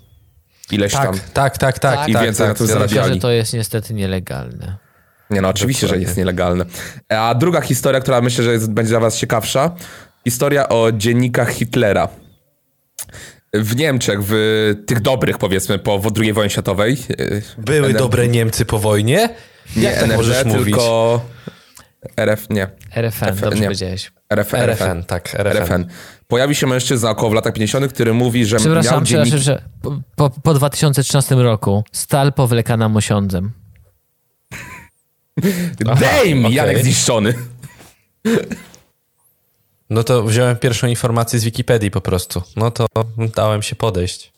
Speaker 3: Ileś tam.
Speaker 2: Tak, tak, tak, tak.
Speaker 1: I
Speaker 2: tak,
Speaker 3: więcej na
Speaker 2: tak,
Speaker 3: tym
Speaker 2: tak.
Speaker 3: zarabiali.
Speaker 1: Tylko, że to jest niestety nielegalne.
Speaker 3: Nie no, oczywiście, że jest nielegalne. E, A druga historia, która myślę, że jest, będzie dla was ciekawsza. Historia o dziennikach Hitlera. W Niemczech, w tych dobrych powiedzmy, po w- II wojnie światowej. y,
Speaker 2: Były
Speaker 3: NRD,
Speaker 2: dobre Niemcy po wojnie?
Speaker 3: Nie,
Speaker 2: Jak tak
Speaker 3: NRD,
Speaker 2: możesz mówić?
Speaker 3: tylko RF, nie.
Speaker 1: RFN, dobrze
Speaker 3: nie.
Speaker 1: powiedziałeś.
Speaker 3: RF,
Speaker 2: RFN, tak, RFN.
Speaker 3: RFN. Pojawi się mężczyzna około w latach 50., który mówi, że miał
Speaker 1: Przepraszam,
Speaker 3: dziennik...
Speaker 1: przepraszam, że po- po, po 2013 roku stal powlekana mosiądzem.
Speaker 3: Dame!
Speaker 2: Aha,
Speaker 3: Janek
Speaker 2: okej.
Speaker 3: zniszczony.
Speaker 2: No to wziąłem pierwszą informację z Wikipedii po prostu. No to dałem się podejść.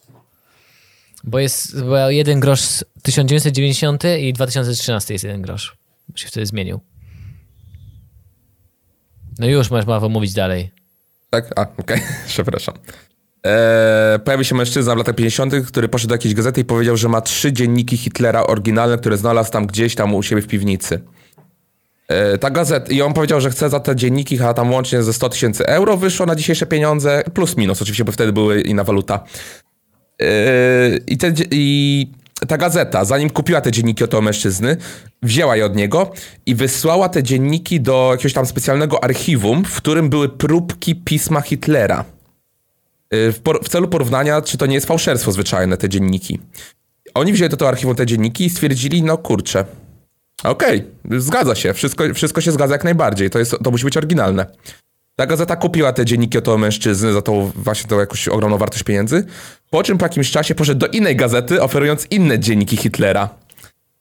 Speaker 1: Bo jest bo jeden grosz z 1990 i 2013 jest jeden grosz. Bo się wtedy zmienił. No już masz mało mówić dalej.
Speaker 3: Tak? A, okej, przepraszam. Eee, pojawił się mężczyzna w latach 50., który poszedł do jakiejś gazety i powiedział, że ma trzy dzienniki Hitlera oryginalne, które znalazł tam gdzieś, tam u siebie w piwnicy. Eee, ta gazeta, i on powiedział, że chce za te dzienniki, a tam łącznie ze 100 tysięcy euro wyszło na dzisiejsze pieniądze, plus minus oczywiście, bo wtedy były inna waluta. Yy, i, te, dzie- I ta gazeta, zanim kupiła te dzienniki od tego mężczyzny, wzięła je od niego i wysłała te dzienniki do jakiegoś tam specjalnego archiwum, w którym były próbki pisma Hitlera. Yy, W, por- w celu porównania, czy to nie jest fałszerstwo zwyczajne, te dzienniki. Oni wzięli do tego archiwum te dzienniki i stwierdzili, no kurczę, okej, zgadza się, wszystko, wszystko się zgadza jak najbardziej, to, jest, to musi być oryginalne. Ta gazeta kupiła te dzienniki od tego mężczyzny za tą właśnie tą jakąś ogromną wartość pieniędzy, po czym po jakimś czasie poszedł do innej gazety, oferując inne dzienniki Hitlera.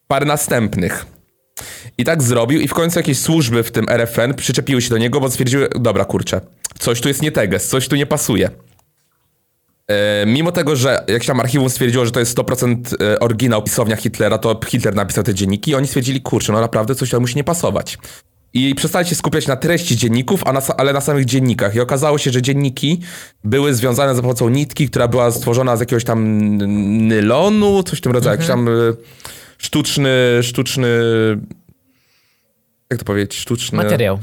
Speaker 3: parę następnych. I tak zrobił i w końcu jakieś służby w tym RFN przyczepiły się do niego, bo stwierdziły, dobra kurczę, coś tu jest nie teges, coś tu nie pasuje. E, Mimo tego, że jak się tam archiwum stwierdziło, że to jest 100% e, oryginał pisownia Hitlera, to Hitler napisał te dzienniki i oni stwierdzili, kurczę, no naprawdę coś tam musi nie pasować. I przestali się skupiać na treści dzienników, a na, sa- ale na samych dziennikach. I okazało się, że dzienniki były związane za pomocą nitki, która była stworzona z jakiegoś tam n- nylonu, coś w tym rodzaju, jakiś tam e, sztuczny, sztuczny, jak to powiedzieć, sztuczny...
Speaker 1: Materiał.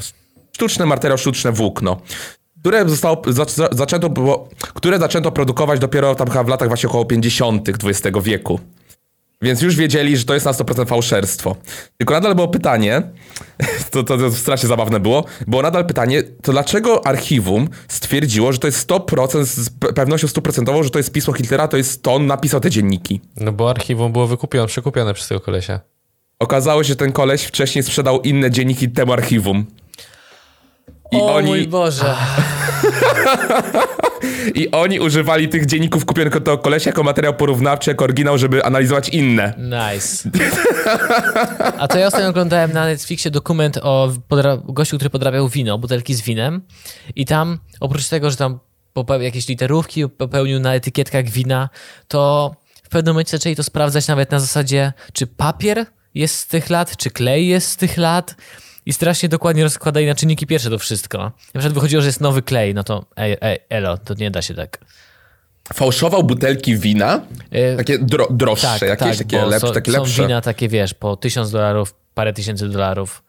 Speaker 3: Sztuczny materiał, sztuczne włókno. Które, zostało, za, za, zaczęto, było, które zaczęto produkować dopiero tam chyba w latach właśnie około 50. XX wieku. Więc już wiedzieli, że to jest na 100% fałszerstwo. Tylko nadal było pytanie, to, to, to strasznie zabawne było, było nadal pytanie, to dlaczego archiwum stwierdziło, że to jest 100%, z pe- pewnością 100%, że to jest pismo Hitlera, to jest to on napisał te dzienniki.
Speaker 2: No bo archiwum było wykupione, przekupione przez tego kolesia.
Speaker 3: Okazało się, że ten koleś wcześniej sprzedał inne dzienniki temu archiwum. I
Speaker 1: o
Speaker 3: oni-
Speaker 1: mój Boże.
Speaker 3: I oni używali tych dzienników kupionych od tego kolesia jako materiał porównawczy, jako oryginał, żeby analizować inne.
Speaker 1: Nice. A to ja ostatnio oglądałem na Netflixie dokument o podra- gościu, który podrabiał wino, butelki z winem. I tam, oprócz tego, że tam popełnił jakieś literówki, popełnił na etykietkach wina, to w pewnym momencie zaczęli to sprawdzać nawet na zasadzie, czy papier jest z tych lat, czy klej jest z tych lat. I strasznie dokładnie rozkładali na czynniki pierwsze to wszystko. Na przykład wychodziło, że jest nowy klej, no to ej, ej, elo, to nie da się tak.
Speaker 3: Fałszował butelki wina,
Speaker 1: Y,
Speaker 3: takie dro, droższe, jakieś takie,
Speaker 1: tak, bo
Speaker 3: lepsze,
Speaker 1: są,
Speaker 3: takie
Speaker 1: Są
Speaker 3: lepsze.
Speaker 1: wina takie, wiesz, po tysiąc dolarów, parę tysięcy dolarów.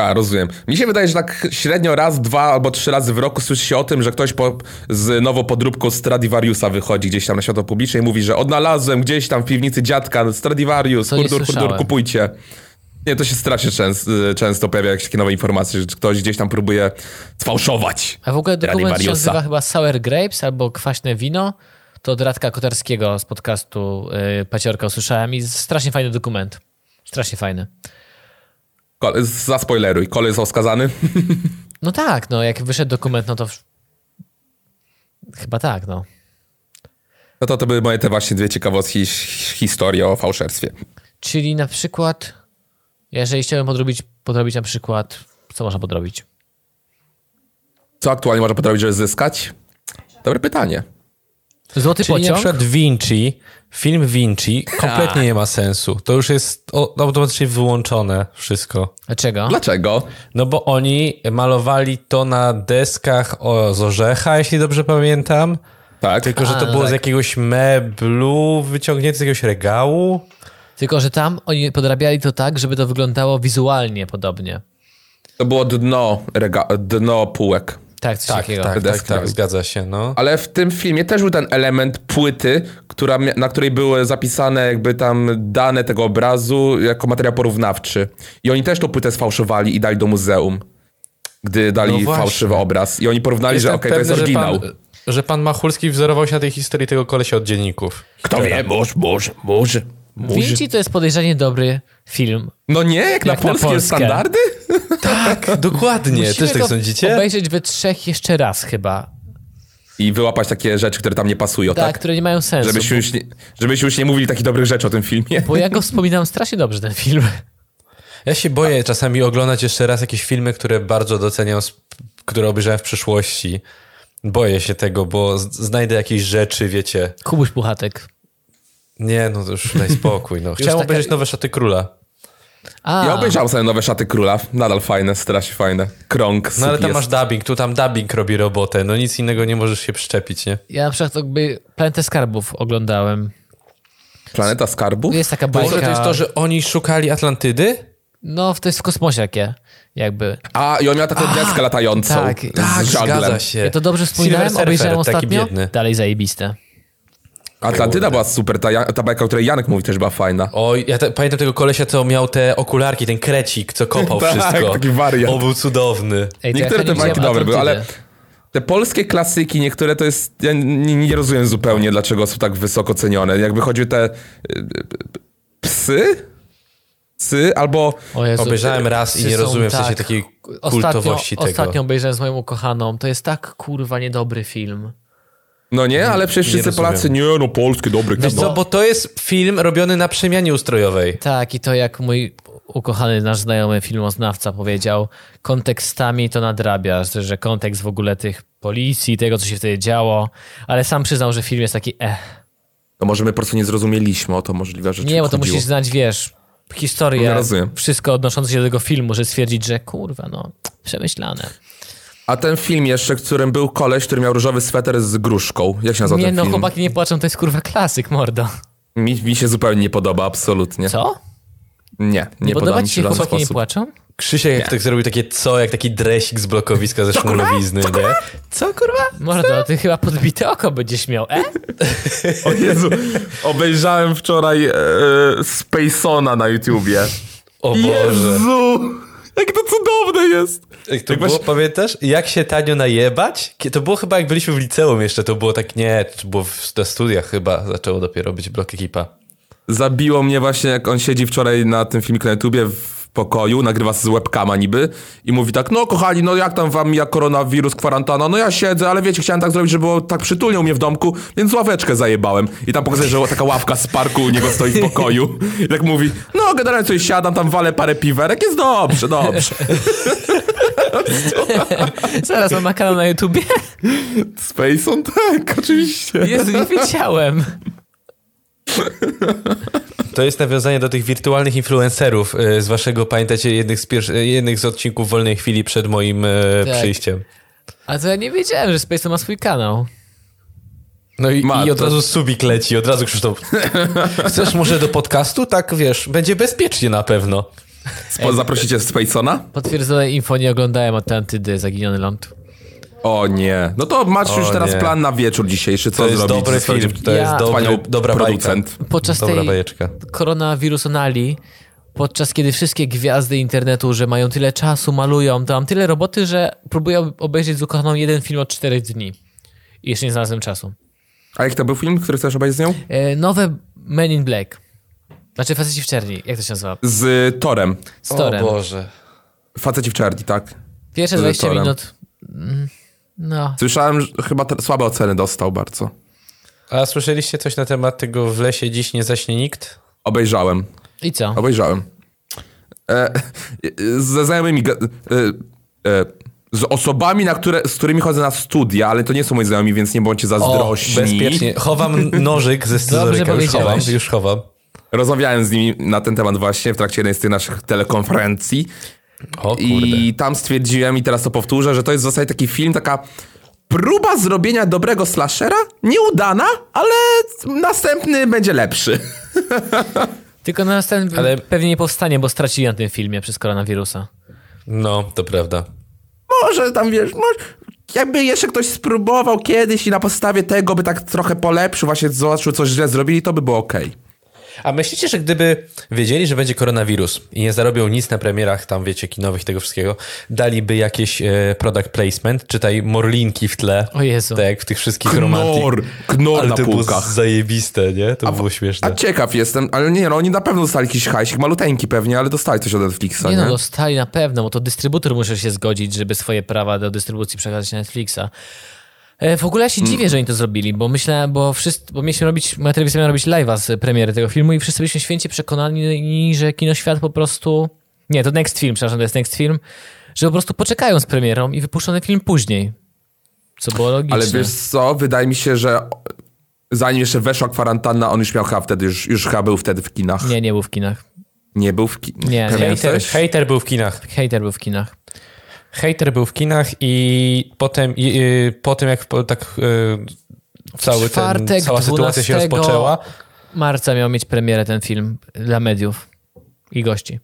Speaker 3: A, rozumiem. Mi się wydaje, że tak średnio raz, dwa albo trzy razy w roku słyszy się o tym, że ktoś po, z nową podróbką Stradivariusa wychodzi gdzieś tam na światło publiczne i mówi, że odnalazłem gdzieś tam w piwnicy dziadka Stradivarius,
Speaker 1: To nie
Speaker 3: kurdur, kurdur,
Speaker 1: słyszałem.
Speaker 3: kupujcie. Nie, to się strasznie częs, y, często pojawia jakieś takie nowe informacje, że ktoś gdzieś tam próbuje sfałszować.
Speaker 1: A w ogóle dokument się
Speaker 3: Stradivariusa.
Speaker 1: nazywa chyba Sour Grapes albo Kwaśne Wino. To od Radka Kotarskiego z podcastu y, Paciorka usłyszałem i strasznie fajny dokument. Strasznie fajny.
Speaker 3: Ko- Zaspoileruj, kolej został skazany.
Speaker 1: No tak, no jak wyszedł dokument, no to w- chyba tak, no.
Speaker 3: No to to były moje te właśnie dwie ciekawostki z historii o fałszerstwie.
Speaker 1: Czyli na przykład, jeżeli chciałem podrobić, podrobić na przykład, co można podrobić?
Speaker 3: Co aktualnie można podrobić, żeby zyskać? Dobre pytanie.
Speaker 1: Złoty
Speaker 2: Czyli na
Speaker 1: pociąg? Tak.
Speaker 2: przykład Vinci, film Vinci kompletnie nie ma sensu. To już jest o- automatycznie wyłączone wszystko.
Speaker 1: Dlaczego?
Speaker 3: Dlaczego?
Speaker 2: No bo oni malowali to na deskach o, z orzecha, jeśli dobrze pamiętam.
Speaker 3: Tak.
Speaker 2: Tylko, że
Speaker 1: A,
Speaker 2: to
Speaker 1: no
Speaker 2: było z
Speaker 1: tak.
Speaker 2: jakiegoś meblu wyciągnięte z jakiegoś regału.
Speaker 1: Tylko, że tam oni podrabiali to tak, żeby to wyglądało wizualnie podobnie.
Speaker 3: To było dno, rega- dno półek.
Speaker 1: Tak, coś
Speaker 2: Tak,
Speaker 1: takiego.
Speaker 2: tak, tak,
Speaker 3: Deska.
Speaker 2: tak, zgadza się, no.
Speaker 3: Ale w tym filmie też był ten element płyty, która, mia- na której były zapisane jakby tam dane tego obrazu jako materiał porównawczy. I oni też tą płytę sfałszowali i dali do muzeum, gdy dali
Speaker 2: No właśnie.
Speaker 3: fałszywy obraz. I oni porównali,
Speaker 2: Jestem
Speaker 3: że okej, to jest
Speaker 2: pewny,
Speaker 3: oryginał.
Speaker 2: Że pan, że pan Machulski wzorował się na tej historii tego kolesia od dzienników.
Speaker 3: Kto wie, może, może, może. może.
Speaker 1: Vinci to jest podejrzanie dobry film.
Speaker 3: No nie, jak, na
Speaker 1: Jak na
Speaker 3: polskie
Speaker 1: Polskę.
Speaker 3: standardy?
Speaker 2: Tak, dokładnie.
Speaker 1: Musimy
Speaker 2: Też tak
Speaker 1: go
Speaker 2: sądzicie?
Speaker 1: obejrzeć we trzech jeszcze raz chyba.
Speaker 3: I wyłapać takie rzeczy, które tam nie pasują,
Speaker 1: Tak,
Speaker 3: tak?
Speaker 1: które nie mają sensu.
Speaker 3: Żebyśmy już, nie, żebyśmy już nie mówili takich dobrych rzeczy o tym filmie.
Speaker 1: Bo ja go wspominam strasznie dobrze, ten film.
Speaker 2: Ja się boję czasami oglądać jeszcze raz jakieś filmy, które bardzo doceniam, sp- które obejrzałem w przeszłości. Boję się tego, bo z- znajdę jakieś rzeczy, wiecie.
Speaker 1: Kubuś Puchatek.
Speaker 2: Nie, no to już daj spokój. No. Chciałem
Speaker 1: taka-
Speaker 2: obejrzeć Nowe Szaty Króla.
Speaker 1: A,
Speaker 3: Ja obejrzałem sobie nowe szaty króla. Nadal fajne, strasznie fajne. Krąg.
Speaker 2: No ale tam
Speaker 3: jest.
Speaker 2: masz dubbing, tu tam dubbing robi robotę. No nic innego nie możesz się przyczepić, nie?
Speaker 1: ja na przykład jakby Planetę Skarbów oglądałem.
Speaker 3: Planeta Skarbu?
Speaker 1: Jest taka
Speaker 2: Boże, to
Speaker 1: bajka.
Speaker 2: jest to, że oni szukali Atlantydy? No,
Speaker 1: No, to jest w kosmosie jakie, jakby.
Speaker 3: A, i on miał taką deskę latającą.
Speaker 1: tak,
Speaker 2: tak,
Speaker 3: z żaglem.
Speaker 2: zgadza się.
Speaker 1: Ja to dobrze wspominałem,
Speaker 2: Silver Surfer,
Speaker 1: obejrzałem
Speaker 2: taki
Speaker 1: ostatnio.
Speaker 2: biedny.
Speaker 1: Dalej zajebiste.
Speaker 3: Atlantyda była super. Ta, ja- ta bajka, o której Janek mówi, też była fajna.
Speaker 2: O, ja te, pamiętam tego kolesia, co miał te okularki, ten krecik, co kopał
Speaker 3: Tak,
Speaker 2: wszystko.
Speaker 3: taki wariat.
Speaker 2: O, był cudowny.
Speaker 1: Ej, to ja
Speaker 3: Niektóre
Speaker 1: chyba
Speaker 3: te
Speaker 1: nie
Speaker 3: bajki
Speaker 1: widziałem
Speaker 3: dobre były, ale
Speaker 1: Atlantydy.
Speaker 3: te polskie klasyki, niektóre to jest... Ja nie, nie rozumiem zupełnie, dlaczego są tak wysoko cenione. Jakby chodziły te... y, y, Psy? Psy? Albo...
Speaker 1: O Jezu,
Speaker 2: Obejrzałem raz i nie
Speaker 1: są
Speaker 2: rozumiem w sensie
Speaker 1: tak-
Speaker 2: takiej
Speaker 1: ostatnio,
Speaker 2: kultowości tego.
Speaker 1: Ostatnio obejrzałem z moją ukochaną. To jest tak kurwa niedobry film.
Speaker 3: No nie, ale przecież wszyscy
Speaker 2: rozumiem.
Speaker 3: Polacy, nie no, polskie dobre
Speaker 2: Wiesz co,
Speaker 3: kino.
Speaker 2: bo to jest film robiony na przemianie ustrojowej.
Speaker 1: Tak, i to jak mój ukochany nasz znajomy filmoznawca powiedział, kontekstami to nadrabia, że że kontekst w ogóle tych policji, tego co się wtedy działo, ale sam przyznał, że film jest taki eh.
Speaker 3: To może my po prostu nie zrozumieliśmy, o to możliwe rzeczy
Speaker 1: Nie, bo to
Speaker 3: chodziło.
Speaker 1: musisz znać, wiesz, historię,
Speaker 2: No,
Speaker 3: Ja rozumiem.
Speaker 1: wszystko odnoszące się do tego filmu, że stwierdzić, że kurwa, no, przemyślane.
Speaker 3: A ten film jeszcze, w którym był koleś, który miał różowy sweter z gruszką. Jak się nazywa
Speaker 1: Nie
Speaker 3: ten
Speaker 1: no,
Speaker 3: film?
Speaker 1: chłopaki nie płaczą, to jest kurwa klasyk, mordo.
Speaker 3: Mi, mi się zupełnie nie podoba, absolutnie.
Speaker 1: Co?
Speaker 3: Nie, nie
Speaker 1: Nie
Speaker 3: podoba
Speaker 1: Podoba
Speaker 3: mi
Speaker 1: ci się
Speaker 3: się w żaden
Speaker 1: chłopaki nie
Speaker 3: sposób.
Speaker 1: płaczą?
Speaker 2: Krzysiek jak tak zrobił takie co, jak taki dresik z blokowiska ze szmulowizny, nie? Co kurwa?
Speaker 1: Mordo, ty chyba podbite oko będziesz miał, e?
Speaker 3: O Jezu, obejrzałem wczoraj e, Spacona na YouTubie.
Speaker 2: O Boże.
Speaker 3: Jezu! Jak to cudowne jest!
Speaker 2: Jak to
Speaker 3: Jak
Speaker 2: było,
Speaker 3: właśnie-
Speaker 2: pamiętasz? Jak się tanio najebać? Kie- To było chyba jak byliśmy w liceum jeszcze, to było tak, nie, to było w, na studiach chyba, zaczęło dopiero być blok ekipa.
Speaker 3: Zabiło mnie właśnie, jak on siedzi wczoraj na tym filmiku na YouTubie w pokoju, nagrywa z webkama niby i mówi tak, no kochani, no jak tam wam jak koronawirus, kwarantanna, no ja siedzę, ale wiecie, chciałem tak zrobić, żeby było tak przytulnie u mnie w domku, więc ławeczkę zajebałem. I tam pokazuje, że taka ławka z parku u niego stoi w pokoju. I tak mówi, no generalnie coś siadam, tam walę parę piwerek, jest dobrze, dobrze.
Speaker 1: Zaraz on ma kanał na YouTubie.
Speaker 3: Space on tak, oczywiście.
Speaker 1: Jezu, nie wiedziałem.
Speaker 2: To jest nawiązanie do tych wirtualnych influencerów y, z waszego, pamiętacie, jednych z, pierwsz- y, jednych z odcinków Wolnej Chwili przed moim e,
Speaker 1: Tak.
Speaker 2: przyjściem.
Speaker 1: A to ja nie wiedziałem, że Space to ma swój kanał.
Speaker 2: No i,
Speaker 3: Ma,
Speaker 2: i od
Speaker 3: to-
Speaker 2: razu subik leci, od razu Krzysztof. Chcesz może do podcastu? Tak, wiesz, będzie bezpiecznie na pewno.
Speaker 3: Spo- Zaprosicie Spacona?
Speaker 1: Potwierdzone info nie oglądałem od Antydy Zaginiony Ląd.
Speaker 3: O nie. No to masz już
Speaker 2: O
Speaker 3: teraz
Speaker 2: nie.
Speaker 3: plan na wieczór dzisiejszy, co
Speaker 2: To jest
Speaker 3: zrobić.
Speaker 2: dobry
Speaker 3: ze swoją
Speaker 2: film,
Speaker 3: dziew-
Speaker 2: to
Speaker 1: Ja-
Speaker 2: jest dobry,
Speaker 3: Panią
Speaker 2: dobra
Speaker 3: producent.
Speaker 2: bajka.
Speaker 1: Podczas
Speaker 2: No Dobra
Speaker 1: tej
Speaker 2: bajeczka.
Speaker 1: koronawirusonali, podczas kiedy wszystkie gwiazdy internetu, że mają tyle czasu, malują, to mam tyle roboty, że próbuję ob- obejrzeć z ukochaną jeden film od czterech dni. I jeszcze nie znalazłem czasu.
Speaker 3: A jak to był film, który chcesz obejrzeć z nią?
Speaker 1: E, nowe Men in Black. Znaczy Faceci w Czerni, jak to się nazywa?
Speaker 3: Z y, Torem.
Speaker 1: Z Torem.
Speaker 2: O Boże.
Speaker 3: Faceci w czerni, tak?
Speaker 1: Pierwsze
Speaker 3: z
Speaker 1: 20
Speaker 3: Torem.
Speaker 1: minut. mm, No,
Speaker 3: Słyszałem, że chyba te, słabe oceny dostał bardzo.
Speaker 2: A słyszeliście coś na temat tego w lesie dziś nie zaśnie nikt?
Speaker 3: Obejrzałem.
Speaker 1: i co?
Speaker 3: Obejrzałem. E, e, ze znajomymi... ga- E, e, z osobami, na które, z którymi chodzę na studia, ale to nie są moi znajomi, więc nie bądźcie zazdrośni.
Speaker 2: bezpiecznie. Chowam nożyk ze scyzoryka. Już chowam,
Speaker 1: powiedziałeś.
Speaker 2: już chowam.
Speaker 3: Rozmawiałem z nimi na ten temat właśnie w trakcie jednej z tych naszych telekonferencji.
Speaker 2: O kurde.
Speaker 3: I tam stwierdziłem, i teraz to powtórzę, że to jest w zasadzie taki film, taka próba zrobienia dobrego slashera, nieudana, ale następny będzie lepszy.
Speaker 1: Tylko na następny
Speaker 2: Ale-
Speaker 1: pewnie nie powstanie, bo stracili na tym filmie przez koronawirusa.
Speaker 2: No, to prawda.
Speaker 3: Może tam, wiesz, może, jakby jeszcze ktoś spróbował kiedyś i na podstawie tego by tak trochę polepszył, właśnie zobaczył coś źle zrobili, to by było okej.
Speaker 2: A myślicie, że gdyby wiedzieli, że będzie koronawirus i nie zarobią nic na premierach tam, wiecie, kinowych i tego wszystkiego, daliby jakieś e, product placement, czytaj morlinki w tle.
Speaker 1: O Jezu.
Speaker 2: Tak jak w tych wszystkich
Speaker 3: Knor,
Speaker 2: romantik.
Speaker 3: knor
Speaker 2: Ale
Speaker 3: na
Speaker 2: to było
Speaker 3: półkach.
Speaker 2: zajebiste, nie? To było
Speaker 3: A
Speaker 2: śmieszne.
Speaker 3: ciekaw jestem, ale nie no, oni na pewno dostali jakiś hajsik, maluteńki pewnie, ale dostali coś od Netflixa, Tak, nie?
Speaker 1: Nie no, dostali na pewno, bo to dystrybutor musi się zgodzić, żeby swoje prawa do dystrybucji przekazać na Netflixa. E, W ogóle ja się dziwię, że oni to zrobili, bo myślałem, bo wszyscy, bo mieliśmy robić, moja telewizja miała robić live'a z premiery tego filmu i wszyscy byliśmy święcie przekonani, że Kino Świat po prostu, nie, to Next Film, przepraszam, to jest Next Film, że po prostu poczekają z premierą i wypuszczą ten film później. Co było logiczne.
Speaker 3: Ale wiesz co, wydaje mi się, że zanim jeszcze weszła kwarantanna, on już miał chyba wtedy, już, już chyba był wtedy w kinach. Nie,
Speaker 1: Nie, nie był w kinach.
Speaker 3: był w kinach.
Speaker 1: Nie, nie.
Speaker 2: Hater, hater był w kinach.
Speaker 1: Hater był w kinach.
Speaker 2: Hater był w kinach i potem, i, y, po tym jak po- tak y, cały ten,
Speaker 1: czwartek
Speaker 2: cała sytuacja się
Speaker 1: 12
Speaker 2: rozpoczęła,
Speaker 1: Marca miał mieć premierę ten film dla mediów i gości.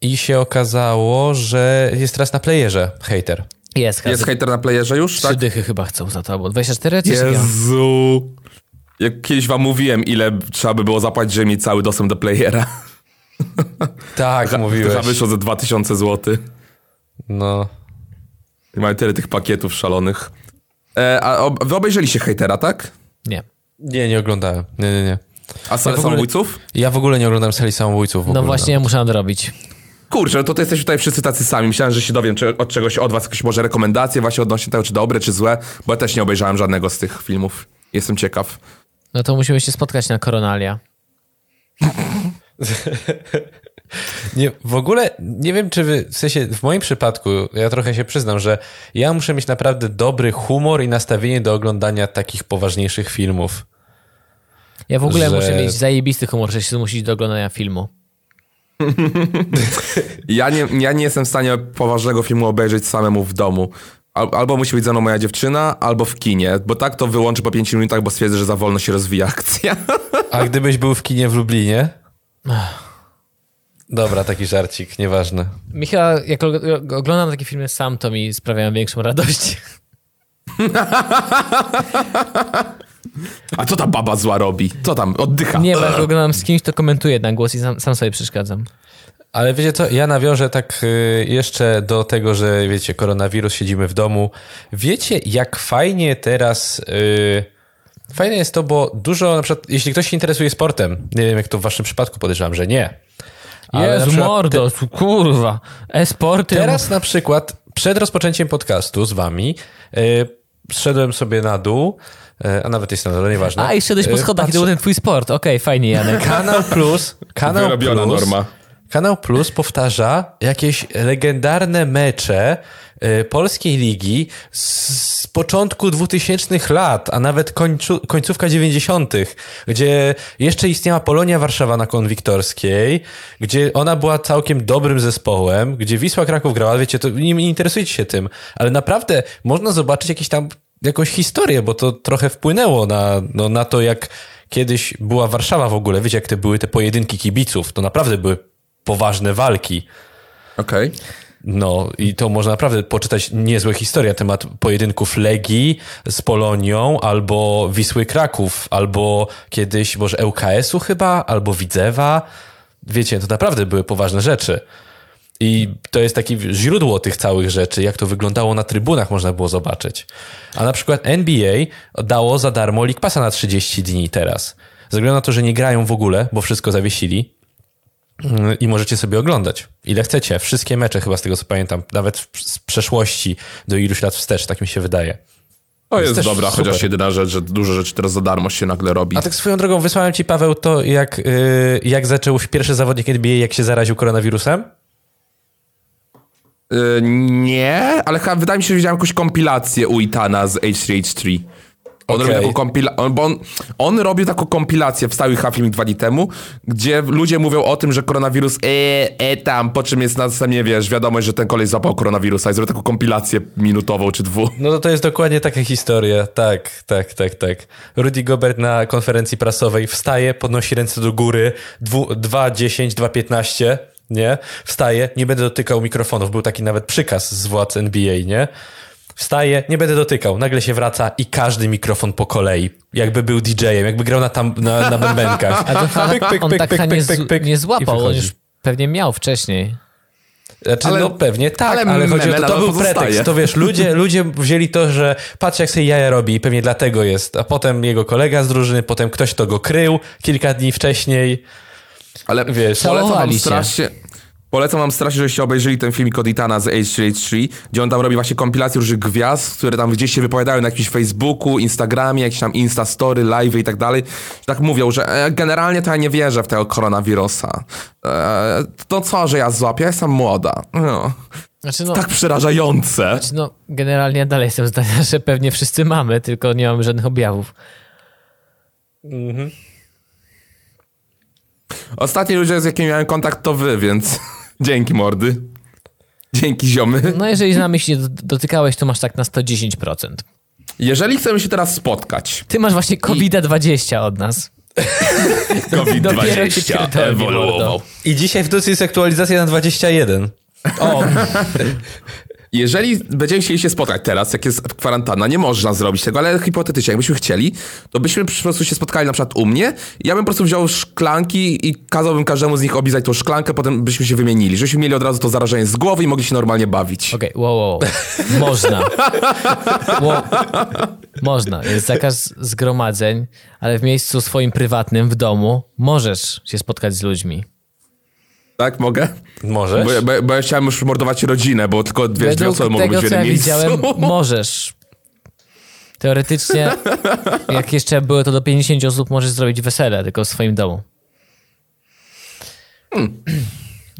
Speaker 2: i się okazało, że jest teraz na playerze hater.
Speaker 1: Jest,
Speaker 3: Jest
Speaker 1: jest
Speaker 3: hejter na playerze już,
Speaker 1: Trzy
Speaker 3: tak?
Speaker 1: dychy chyba chcą za to, albo 24 czy nie?
Speaker 3: Jezu. Jak kiedyś wam mówiłem, ile trzeba by było zapłacić, żeby mieć cały dostęp do playera.
Speaker 2: Tak, mówiłeś.
Speaker 3: Chyba wyszło ze 2000 zł.
Speaker 2: No.
Speaker 3: I mamy tyle tych pakietów szalonych. E, a ob- wy obejrzeliście hejtera, tak?
Speaker 1: Nie.
Speaker 2: Nie, nie oglądałem. Nie, nie, nie.
Speaker 3: A salę
Speaker 2: w ogóle-
Speaker 3: samobójców?
Speaker 2: Ja w ogóle no. nie oglądam serii samobójców. W ogóle.
Speaker 1: No właśnie, ja muszę nadrobić.
Speaker 3: Kurczę, to, to jesteśmy tutaj wszyscy tacy sami. Myślałem, że się dowiem czy, od czegoś od was, jakieś może rekomendacje właśnie odnośnie tego, czy dobre, czy złe, bo ja też nie obejrzałem żadnego z tych filmów. Jestem ciekaw.
Speaker 1: No to musimy się spotkać na Koronalia.
Speaker 2: Nie, w ogóle nie wiem, czy wy, w sensie, w moim przypadku, ja trochę się przyznam, że ja muszę mieć naprawdę dobry humor i nastawienie do oglądania takich poważniejszych filmów.
Speaker 1: Ja w ogóle
Speaker 2: Że-
Speaker 1: muszę mieć zajebisty humor, żeby się zmusić do oglądania filmu.
Speaker 3: Ja nie, ja nie jestem w stanie poważnego filmu obejrzeć samemu w domu. Al, albo musi być ze mną moja dziewczyna, albo w kinie, bo tak to wyłączę po 5 minutach, bo stwierdzę, że za wolno się rozwija akcja.
Speaker 2: A gdybyś był w kinie w Lublinie? Dobra, taki żarcik, nieważne.
Speaker 1: Michał, jak og- oglądam takie filmy sam, to mi sprawiają większą radość.
Speaker 3: A co ta baba zła robi? Co tam? Oddycha.
Speaker 1: Nie, bo jak oglądam z kimś, to komentuję na głos i sam, sam sobie przeszkadzam.
Speaker 2: Ale wiecie co, ja nawiążę tak y, jeszcze do tego, że wiecie, koronawirus, siedzimy w domu. Wiecie, jak fajnie teraz... y, Fajne jest to, bo dużo, na przykład, jeśli ktoś się interesuje sportem, nie wiem jak to w waszym przypadku, podejrzewam, że nie. Ale na
Speaker 1: Jezu, no,
Speaker 2: przykład
Speaker 1: mordo, tu- kurwa. E-sporty.
Speaker 2: Teraz na przykład przed rozpoczęciem podcastu z wami y, zszedłem sobie na dół, y, a nawet jest na dole, nieważne.
Speaker 1: A, i szedłeś po
Speaker 2: Y,
Speaker 1: schodach i to
Speaker 2: patrzę-
Speaker 1: był ten twój sport. Okej, fajnie, Janek.
Speaker 2: Kanał Plus. Kanał
Speaker 3: Wyrobiona
Speaker 2: Plus,
Speaker 3: norma.
Speaker 2: Kanał Plus powtarza jakieś legendarne mecze y, polskiej ligi z, z początku 2000 lat, a nawet końcu, końcówka 90., gdzie jeszcze istniała Polonia Warszawa na Konwiktorskiej, gdzie ona była całkiem dobrym zespołem, gdzie Wisła Kraków grała, wiecie, to nie, nie interesujcie się tym, ale naprawdę można zobaczyć jakieś tam jakąś historię, bo to trochę wpłynęło na, no, na to, jak kiedyś była Warszawa w ogóle. Wiecie, jak te były te pojedynki kibiców, to naprawdę były poważne walki.
Speaker 3: Okej.
Speaker 2: No i to można naprawdę poczytać niezłe historie na temat pojedynków Legii z Polonią, albo Wisły Kraków, albo kiedyś może ŁKS-u chyba, albo Widzewa. Wiecie, to naprawdę były poważne rzeczy. I to jest takie źródło tych całych rzeczy, jak to wyglądało na trybunach, można było zobaczyć. A na przykład NBA dało za darmo League Passa na 30 dni teraz. Ze względu na to, że nie grają w ogóle, bo wszystko zawiesili, i możecie sobie oglądać, ile chcecie. Wszystkie mecze, chyba z tego co pamiętam, nawet w- z przeszłości do iluś lat wstecz, tak mi się wydaje.
Speaker 3: To
Speaker 2: Jest
Speaker 3: jest
Speaker 2: też
Speaker 3: dobra,
Speaker 2: super.
Speaker 3: chociaż jedyna rzecz, że dużo rzeczy teraz za darmo się nagle robi.
Speaker 2: A tak swoją drogą, wysłałem ci, Paweł, to jak, y, jak zaczął się pierwszy zawodnik NBA, jak się zaraził koronawirusem?
Speaker 3: Y, nie, ale chyba, wydaje mi się, że widziałem jakąś kompilację u Itana z H3H3. On
Speaker 2: Okej.
Speaker 3: robił taką kompila- on, bo on, on robił taką kompilację, wstały chyba filmik dwa dni temu, gdzie ludzie mówią o tym, że koronawirus e, e tam, po czym jest następnie, wiesz, wiadomość, że ten kolej złapał koronawirusa i zrobił taką kompilację minutową czy dwu.
Speaker 2: No to, to jest dokładnie taka historia. Tak, tak, tak, tak. Rudy Gobert na konferencji prasowej wstaje, podnosi ręce do góry, dwu- 2.10, 2.15, nie? Wstaje, nie będę dotykał mikrofonów. Był taki nawet przykaz z władz NBA, nie? Wstaje, nie będę dotykał. Nagle się wraca i każdy mikrofon po kolei. Jakby był DJ-em, jakby grał na, tam, na, na bębenkach.
Speaker 1: A to fakt, on tak nie, z- nie
Speaker 2: I
Speaker 1: złapał, on
Speaker 2: wychodzi.
Speaker 1: już pewnie miał wcześniej.
Speaker 2: Znaczy,
Speaker 3: Ale-
Speaker 2: no pewnie tak, ale,
Speaker 3: ale
Speaker 2: chodzi o to,
Speaker 3: meme
Speaker 2: to
Speaker 3: nadal
Speaker 2: był
Speaker 3: pozostaje.
Speaker 2: pretekst. To wiesz, ludzie, ludzie wzięli to, że patrz jak sobie jaja robi i pewnie dlatego jest. A potem jego kolega z drużyny, potem ktoś to go krył kilka dni wcześniej.
Speaker 3: Ale
Speaker 2: Wiesz,
Speaker 3: polecam wam
Speaker 1: całowali się.
Speaker 3: strasznie. Polecam wam strasznie, żebyście obejrzeli ten filmik od Itana z H3H3, gdzie on tam robi właśnie kompilację różnych gwiazd, które tam gdzieś się wypowiadają na jakimś Facebooku, Instagramie, jakieś tam Instastory, live i tak dalej. Że Tak mówią, że e, generalnie to ja nie wierzę w tego koronawirusa. E, to co, że ja złapię? Ja jestem młoda. No.
Speaker 1: Znaczy no,
Speaker 3: Tak przerażające.
Speaker 1: znaczy no, generalnie ja dalej jestem zdania, że pewnie wszyscy mamy, tylko nie mamy żadnych objawów.
Speaker 3: Ostatni ludzie, z jakimi miałem kontakt, to wy, więc dzięki mordy. Dzięki ziomy.
Speaker 1: No jeżeli z nami się d- dotykałeś, to masz tak na 110%.
Speaker 3: Jeżeli chcemy się teraz spotkać,
Speaker 1: Ty masz właśnie COVID-20 od nas. Dopiero ci
Speaker 3: COVID-20
Speaker 1: pierdolnie,
Speaker 3: ewoluował.
Speaker 1: mordo.
Speaker 2: I dzisiaj w Ducy jest aktualizacja na 21. O,
Speaker 3: Jeżeli będziemy chcieli się spotkać teraz, jak jest kwarantanna, nie można zrobić tego, ale hipotetycznie, jakbyśmy chcieli, to byśmy po prostu się spotkali na przykład u mnie, ja bym po prostu wziął szklanki i kazałbym każdemu z nich oblizać tą szklankę, potem byśmy się wymienili, żebyśmy mieli od razu to zarażenie z głowy i mogli się normalnie bawić.
Speaker 1: Okej, wow, wow, wow. Można. Wow. Można. Jest zakaz zgromadzeń, ale w miejscu swoim prywatnym, w domu, możesz się spotkać z ludźmi.
Speaker 3: Tak, mogę?
Speaker 2: Możesz?
Speaker 3: Bo, ja- bo, ja- bo ja chciałem już mordować rodzinę, bo tylko dwie, dwie
Speaker 1: Według
Speaker 3: osoby mogą być
Speaker 1: tego,
Speaker 3: w
Speaker 1: co
Speaker 3: jednym
Speaker 1: ja
Speaker 3: miejscu.
Speaker 1: widziałem, możesz. Teoretycznie, jak jeszcze było to do 50 osób, możesz zrobić wesele, tylko w swoim domu.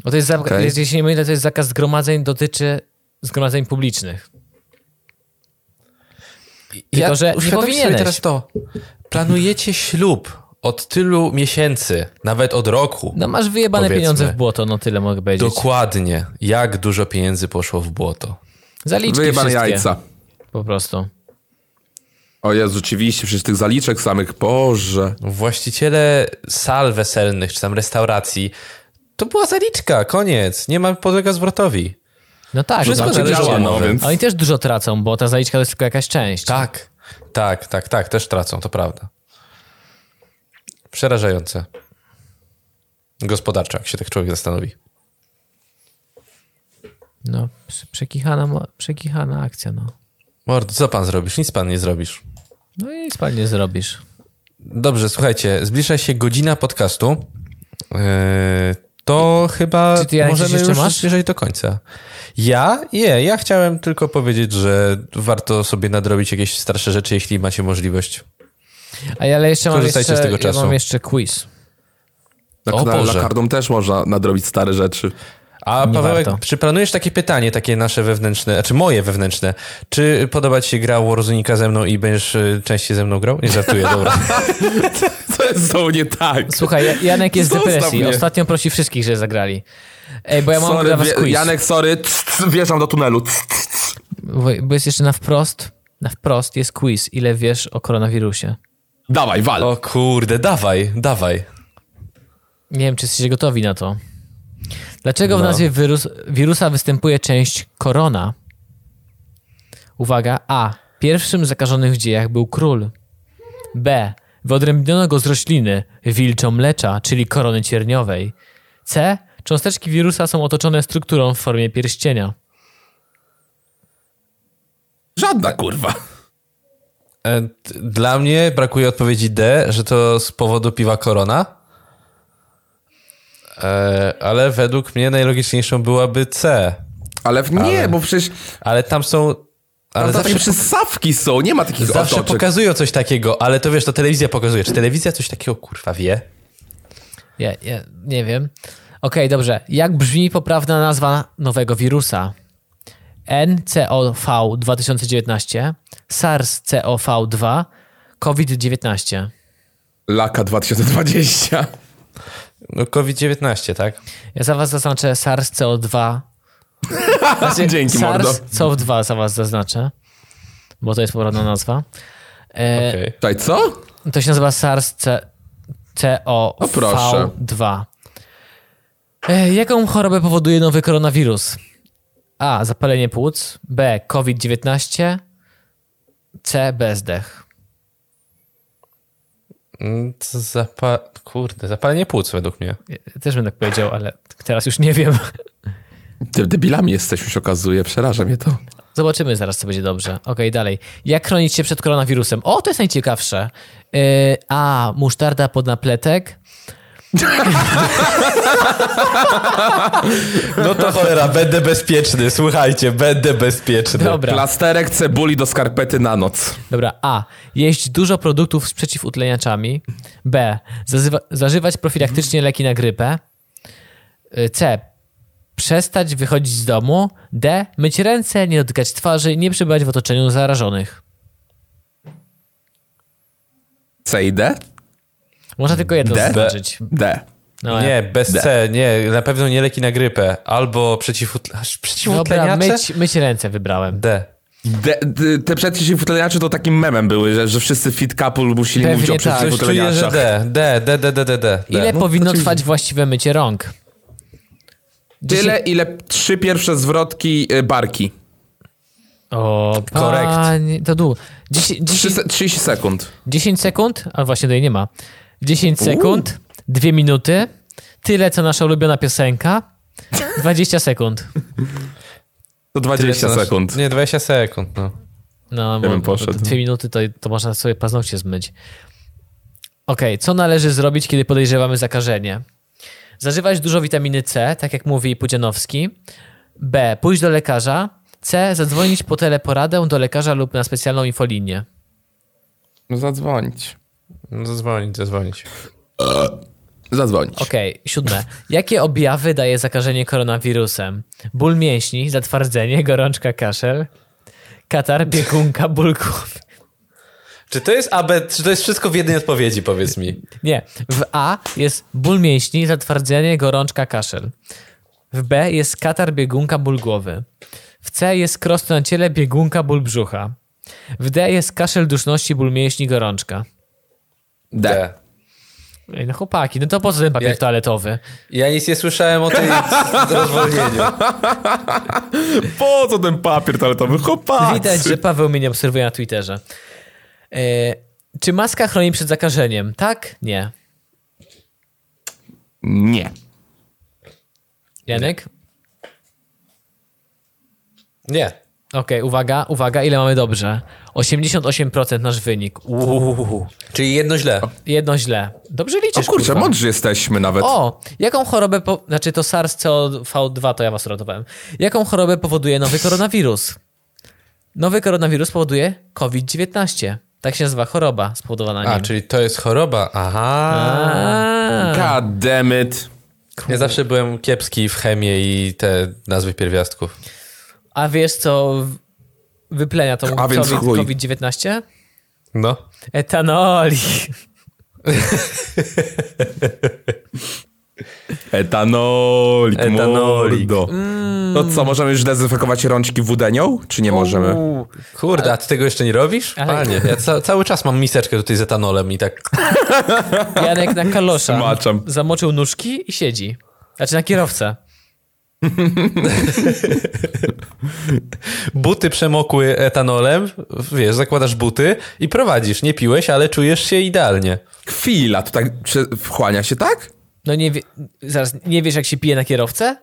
Speaker 1: Bo to jest, zak-
Speaker 3: Hmm. Okej.
Speaker 1: jest- jeśli nie mylę, to jest zakaz zgromadzeń, dotyczy zgromadzeń publicznych. Tylko, że nie
Speaker 2: uświadom sobie
Speaker 1: powinieneś.
Speaker 2: teraz to. Planujecie ślub od tylu miesięcy, nawet od roku.
Speaker 1: No masz wyjebane
Speaker 2: Powiedzmy.
Speaker 1: pieniądze w błoto, no tyle mogę powiedzieć.
Speaker 2: Dokładnie. Jak dużo pieniędzy poszło w błoto.
Speaker 1: Zaliczki
Speaker 3: Wyjebane
Speaker 1: wszystkie,
Speaker 3: jajca.
Speaker 1: Po prostu.
Speaker 3: O Jezu, rzeczywiście, przecież tych zaliczek samych, Boże.
Speaker 2: No, Właściciele sal weselnych czy tam restauracji to była zaliczka, koniec. Nie ma podlega zwrotowi.
Speaker 1: No tak,
Speaker 2: Wszystko
Speaker 1: no,
Speaker 3: Znaczy
Speaker 2: zależy
Speaker 1: oczywiście.
Speaker 3: działa,
Speaker 2: od
Speaker 3: no,
Speaker 2: umowy.
Speaker 3: więc...
Speaker 1: A Oni też dużo tracą, bo ta zaliczka to jest tylko jakaś część.
Speaker 2: Tak, tak, tak, tak, też tracą, to prawda. Przerażające. Gospodarczo, jak się tak człowiek zastanowi.
Speaker 1: No, prze- przekichana, mo- przekichana akcja, no.
Speaker 2: Mordo, co pan zrobisz? Nic pan nie zrobisz.
Speaker 1: No i nic pan nie zrobisz.
Speaker 2: Dobrze, słuchajcie, zbliża się godzina podcastu. Yy, to chyba
Speaker 1: Czy ty, Janek,
Speaker 2: możemy
Speaker 1: coś jeszcze
Speaker 2: już
Speaker 1: masz?
Speaker 2: zbliżać do końca. Ja? Nie, ja chciałem tylko powiedzieć, że warto sobie nadrobić jakieś starsze rzeczy, jeśli macie możliwość.
Speaker 1: A ja ale jeszcze mam
Speaker 2: Korzystajcie
Speaker 1: jeszcze,
Speaker 2: z tego czasu.
Speaker 1: Ja mam jeszcze quiz.
Speaker 3: Na,
Speaker 2: O
Speaker 3: na, na
Speaker 2: Boże.
Speaker 3: kardą też można nadrobić stare rzeczy.
Speaker 2: A
Speaker 1: Nie
Speaker 2: Pawełek,
Speaker 1: warto.
Speaker 2: czy planujesz takie pytanie, takie nasze wewnętrzne, znaczy moje wewnętrzne, czy podoba ci się gra Warzonika ze mną i będziesz y, częściej ze mną grał? Nie żartuję, dobra.
Speaker 3: Co jest z tą nie tak?
Speaker 1: Słuchaj, Ja- Janek jest w
Speaker 3: Zostaw
Speaker 1: depresji.
Speaker 3: mnie.
Speaker 1: Ostatnio prosi wszystkich, że zagrali. Ej, bo ja mam dla
Speaker 3: Sorry,
Speaker 1: was
Speaker 3: wie,
Speaker 1: quiz.
Speaker 3: Janek, sorry, c- c- wjeżdżam do tunelu. c- c-
Speaker 1: Bo- Bo jest jeszcze na wprost. Na wprost jest quiz. Ile wiesz o koronawirusie?
Speaker 3: Dawaj, wal.
Speaker 2: O kurde, dawaj, dawaj.
Speaker 1: Nie wiem, czy jesteście gotowi na to. Dlaczego w nazwie wirus, wirusa występuje część korona? Uwaga, A. Pierwszym zakażonym w dziejach był król. B. Wyodrębniono go z rośliny wilczomlecza, czyli korony cierniowej. C. Cząsteczki wirusa są otoczone strukturą w formie pierścienia.
Speaker 3: Żadna kurwa.
Speaker 2: E, t- Dla mnie brakuje odpowiedzi D, że to z powodu piwa Korona. E, Ale według mnie najlogiczniejszą byłaby C.
Speaker 3: Ale w- nie, bo przecież
Speaker 2: Ale tam są.
Speaker 3: ale
Speaker 2: Ale zawsze,
Speaker 3: takie przysawki są, nie ma takich
Speaker 2: zawsze
Speaker 3: otoczek.
Speaker 2: pokazują coś takiego, ale to wiesz, to telewizja pokazuje. Czy telewizja coś takiego kurwa wie?
Speaker 1: Ja, ja nie wiem. Okej, dobrze. Jak brzmi poprawna nazwa nowego wirusa? NCOV 2019, SARS-CoV-2, COVID-19.
Speaker 3: Laka 2020.
Speaker 2: No COVID-19, tak?
Speaker 1: Ja za was zaznaczę SARS-CoV-2.
Speaker 3: Dzięki, mordo.
Speaker 1: SARS-CoV-2 za was zaznaczę, bo to jest poprawna nazwa. E,
Speaker 2: Okej.
Speaker 3: Czekaj, co?
Speaker 1: To się nazywa
Speaker 3: O proszę.
Speaker 1: SARS-CoV-2. E, Jaką chorobę powoduje nowy koronawirus? A. Zapalenie płuc. B. COVID-19. C. Bezdech.
Speaker 2: Mm, to Zapa... Kurde, zapalenie płuc według mnie.
Speaker 1: Ja Też bym tak powiedział, ale teraz już nie wiem.
Speaker 3: Ty debilami jesteśmy, się okazuje. Przeraża mnie to.
Speaker 1: Zobaczymy zaraz, co będzie dobrze. Okej, dalej. Jak chronić się przed koronawirusem? O, to jest najciekawsze. E, A. Musztarda pod napletek.
Speaker 2: No to cholera, będę bezpieczny, słuchajcie, będę bezpieczny.
Speaker 1: Dobra.
Speaker 3: Plasterek cebuli do skarpety na noc.
Speaker 1: Dobra, A. Jeść dużo produktów z przeciwutleniaczami. B. Zazywa- zażywać profilaktycznie leki na grypę. Y, C. Przestać wychodzić z domu. D. Myć ręce, nie dotykać twarzy, nie przebywać w otoczeniu zarażonych.
Speaker 3: C i D?
Speaker 1: Można tylko jedno
Speaker 3: D?
Speaker 1: zaznaczyć.
Speaker 3: D.
Speaker 1: No, ale-
Speaker 2: Nie, bez C, nie, na pewno nie leki na grypę, albo przeciwutl... aż
Speaker 1: Dobra,
Speaker 2: przeciwutleniacze?
Speaker 1: myć, myć ręce wybrałem.
Speaker 2: D.
Speaker 3: D, d te przeciwutleniacze to takim memem były, że, że wszyscy fit couple musieli
Speaker 1: Pewnie
Speaker 3: mówić o
Speaker 1: tak.
Speaker 2: Coś czuję, że
Speaker 3: przeciwutleniaczach.
Speaker 2: D, D, D, D, D, D, D.
Speaker 1: Ile powinno trwać właściwe mycie rąk?
Speaker 3: Tyle, ile trzy pierwsze zwrotki y, barki.
Speaker 1: O,
Speaker 2: Korekt.
Speaker 1: panie, to dół. 10,
Speaker 3: Trzy se- 30 sekund.
Speaker 1: 10 sekund, a właśnie tutaj nie ma. 10 sekund, dwie 2 minuty, tyle co nasza ulubiona piosenka, 20 sekund.
Speaker 3: To 20 sekund.
Speaker 2: Nie, 20 sekund, no.
Speaker 1: No,
Speaker 3: bym
Speaker 1: bo- bo
Speaker 3: poszedł.
Speaker 1: Dwie minuty to, to można sobie paznokcie zmyć. Okej, co należy zrobić, kiedy podejrzewamy zakażenie? zażywać dużo witaminy C, tak jak mówi Pudzianowski, B, pójść do lekarza, C, zadzwonić po teleporadę do lekarza lub na specjalną infolinię.
Speaker 3: No zadzwonić.
Speaker 2: No, zadzwonić, zadzwonić.
Speaker 3: Zadzwonić.
Speaker 1: Okej, siódme. Jakie objawy daje zakażenie koronawirusem? Ból mięśni, zatwardzenie, gorączka, kaszel, katar, biegunka, ból głowy.
Speaker 2: Czy to jest AB, czy to jest wszystko w jednej odpowiedzi, powiedz mi?
Speaker 1: Nie. W A jest ból mięśni, zatwardzenie, gorączka, kaszel. W B jest katar, biegunka, ból głowy. W C jest krosno na ciele, biegunka, ból brzucha. W D jest kaszel duszności, ból mięśni, gorączka.
Speaker 3: D.
Speaker 1: Ej, no chłopaki, no to po co ten papier
Speaker 2: Ja-
Speaker 1: toaletowy?
Speaker 2: Ja nic nie słyszałem o tej rozwolnieniu.
Speaker 3: Po co ten papier toaletowy? Chłopacy!
Speaker 1: Widać, że Paweł mnie nie obserwuje na Twitterze. E, czy maska chroni przed zakażeniem? Tak? Nie.
Speaker 3: Nie.
Speaker 1: Janek?
Speaker 2: Nie.
Speaker 1: Okej, uwaga, uwaga, ile mamy dobrze? 88% nasz wynik. Uuu.
Speaker 2: Czyli jedno źle.
Speaker 1: Jedno źle. Dobrze liczysz,
Speaker 3: O kurczę,
Speaker 1: kurwa.
Speaker 3: mądrzy jesteśmy nawet.
Speaker 1: O, jaką chorobę, po... znaczy to SARS-CoV-2, to ja was ratowałem. Jaką chorobę powoduje nowy koronawirus? Nowy koronawirus powoduje COVID-19. Tak się nazywa choroba spowodowana nim.
Speaker 2: A, czyli to jest choroba. Aha.
Speaker 1: A,
Speaker 3: God damn it.
Speaker 2: Ja zawsze byłem kiepski w chemię i te nazwy pierwiastków.
Speaker 1: A wiesz co w- wyplenia tą
Speaker 3: A więc
Speaker 1: COVID-
Speaker 3: chuj.
Speaker 1: COVID-19?
Speaker 2: No.
Speaker 1: Etanoli.
Speaker 3: Etanolik,
Speaker 2: Etanolik.
Speaker 3: mordo. No co, możemy już dezynfekować rączki wódenią? Czy nie możemy?
Speaker 1: Mm. Uuu.
Speaker 2: Kurde, a ty tego jeszcze nie robisz?
Speaker 1: Ale-
Speaker 2: Panie, ja ca cały czas mam miseczkę tutaj z etanolem i tak...
Speaker 1: Janek na kalosza
Speaker 3: Smaczam.
Speaker 1: zamoczył nóżki i siedzi. Znaczy na kierowcę.
Speaker 2: Buty przemokły etanolem, wiesz, zakładasz buty i prowadzisz. Nie piłeś, ale czujesz się idealnie.
Speaker 3: Chwila, to tak prze- wchłania się, tak?
Speaker 1: No nie, wie, zaraz, nie wiesz jak się pije na kierowcę?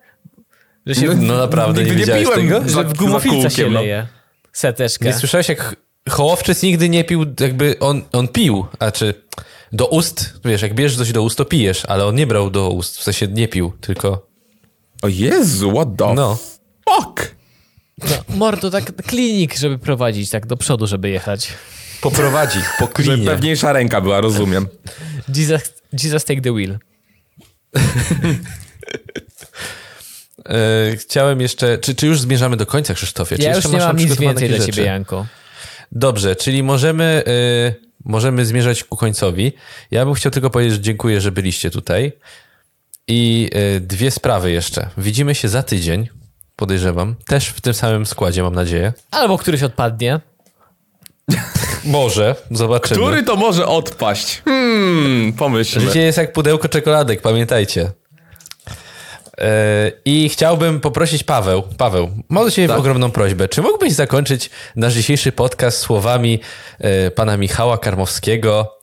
Speaker 1: Że się
Speaker 2: No naprawdę, nie
Speaker 3: nigdy
Speaker 2: widziałeś tego?
Speaker 1: Że w gumofilca się leje. Seteczkę.
Speaker 2: no. Nie słyszałeś, jak Hołowczyc nigdy nie pił, jakby on, on pił, a czy do ust, wiesz, jak bierzesz coś do ust, to pijesz, ale on nie brał do ust, w sensie nie pił, tylko
Speaker 3: O Jezu, what the
Speaker 2: No.
Speaker 3: fuck?
Speaker 1: No, mordo, tak klinik, żeby prowadzić, tak do przodu, żeby jechać.
Speaker 2: poprowadzi, po
Speaker 3: Że
Speaker 2: klinie.
Speaker 3: pewniejsza ręka była, rozumiem.
Speaker 1: Jesus, Jesus take the wheel.
Speaker 2: E, chciałem jeszcze, czy, czy już zmierzamy do końca, Krzysztofie? Czy
Speaker 1: Ja
Speaker 2: jeszcze
Speaker 1: już nie
Speaker 2: masz
Speaker 1: mam
Speaker 2: nam
Speaker 1: nic
Speaker 2: przygotowane
Speaker 1: więcej dla
Speaker 2: jakieś
Speaker 1: ciebie,
Speaker 2: rzeczy?
Speaker 1: Janko.
Speaker 2: Dobrze, czyli możemy, y, możemy zmierzać ku końcowi. Ja bym chciał tylko powiedzieć, że dziękuję, że byliście tutaj. I y, dwie sprawy jeszcze. Widzimy się za tydzień, podejrzewam. Też w tym samym składzie, mam nadzieję.
Speaker 1: Albo któryś odpadnie.
Speaker 2: Może, zobaczymy.
Speaker 3: Który to może odpaść? Hmm, pomyślmy.
Speaker 2: Życie jest jak pudełko czekoladek, pamiętajcie. Yy, I chciałbym poprosić Paweł. Paweł, mam do Ciebie ogromną prośbę. Czy mógłbyś zakończyć nasz dzisiejszy podcast słowami yy, pana Michała Karmowskiego?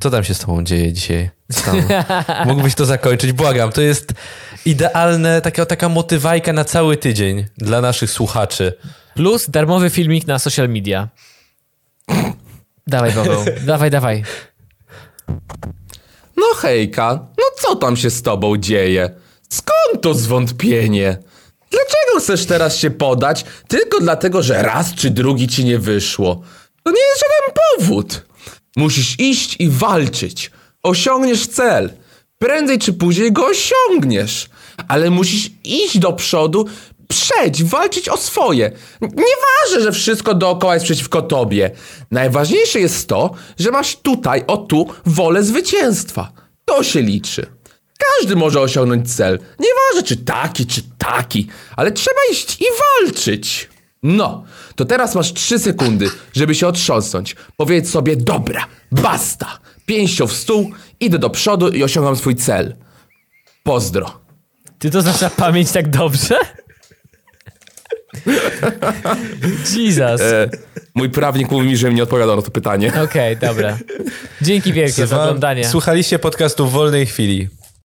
Speaker 2: Co tam się z Tobą dzieje dzisiaj? Stan? Mógłbyś to zakończyć? Błagam, to jest idealne, taka, taka motywajka na cały tydzień dla naszych słuchaczy.
Speaker 1: Plus darmowy filmik na social media. Dawaj, Paweł. dawaj, dawaj.
Speaker 3: No hejka, no co tam się z tobą dzieje? Skąd to zwątpienie? Dlaczego chcesz teraz się podać tylko dlatego, że raz czy drugi ci nie wyszło? To nie jest żaden powód. Musisz iść i walczyć. Osiągniesz cel. Prędzej czy później go osiągniesz. Ale musisz iść do przodu, przeć, walczyć o swoje. Nieważne, że wszystko dookoła jest przeciwko tobie. Najważniejsze jest to, że masz tutaj, o tu, wolę zwycięstwa. To się liczy. Każdy może osiągnąć cel. Nieważne, czy taki, czy taki, ale trzeba iść i walczyć. No, to teraz masz 3 sekundy, żeby się otrząsnąć. Powiedz sobie, dobra, basta. Pięścią w stół, idę do przodu i osiągam swój cel. Pozdro.
Speaker 1: Ty to znasz na pamięć tak dobrze? Jesus.
Speaker 3: E, mój prawnik mówi mi, że mi nie odpowiada na to pytanie.
Speaker 1: Okej, dobra. Dzięki wielkie za
Speaker 2: Wam-
Speaker 1: oglądanie.
Speaker 2: Słuchaliście podcastu w wolnej chwili.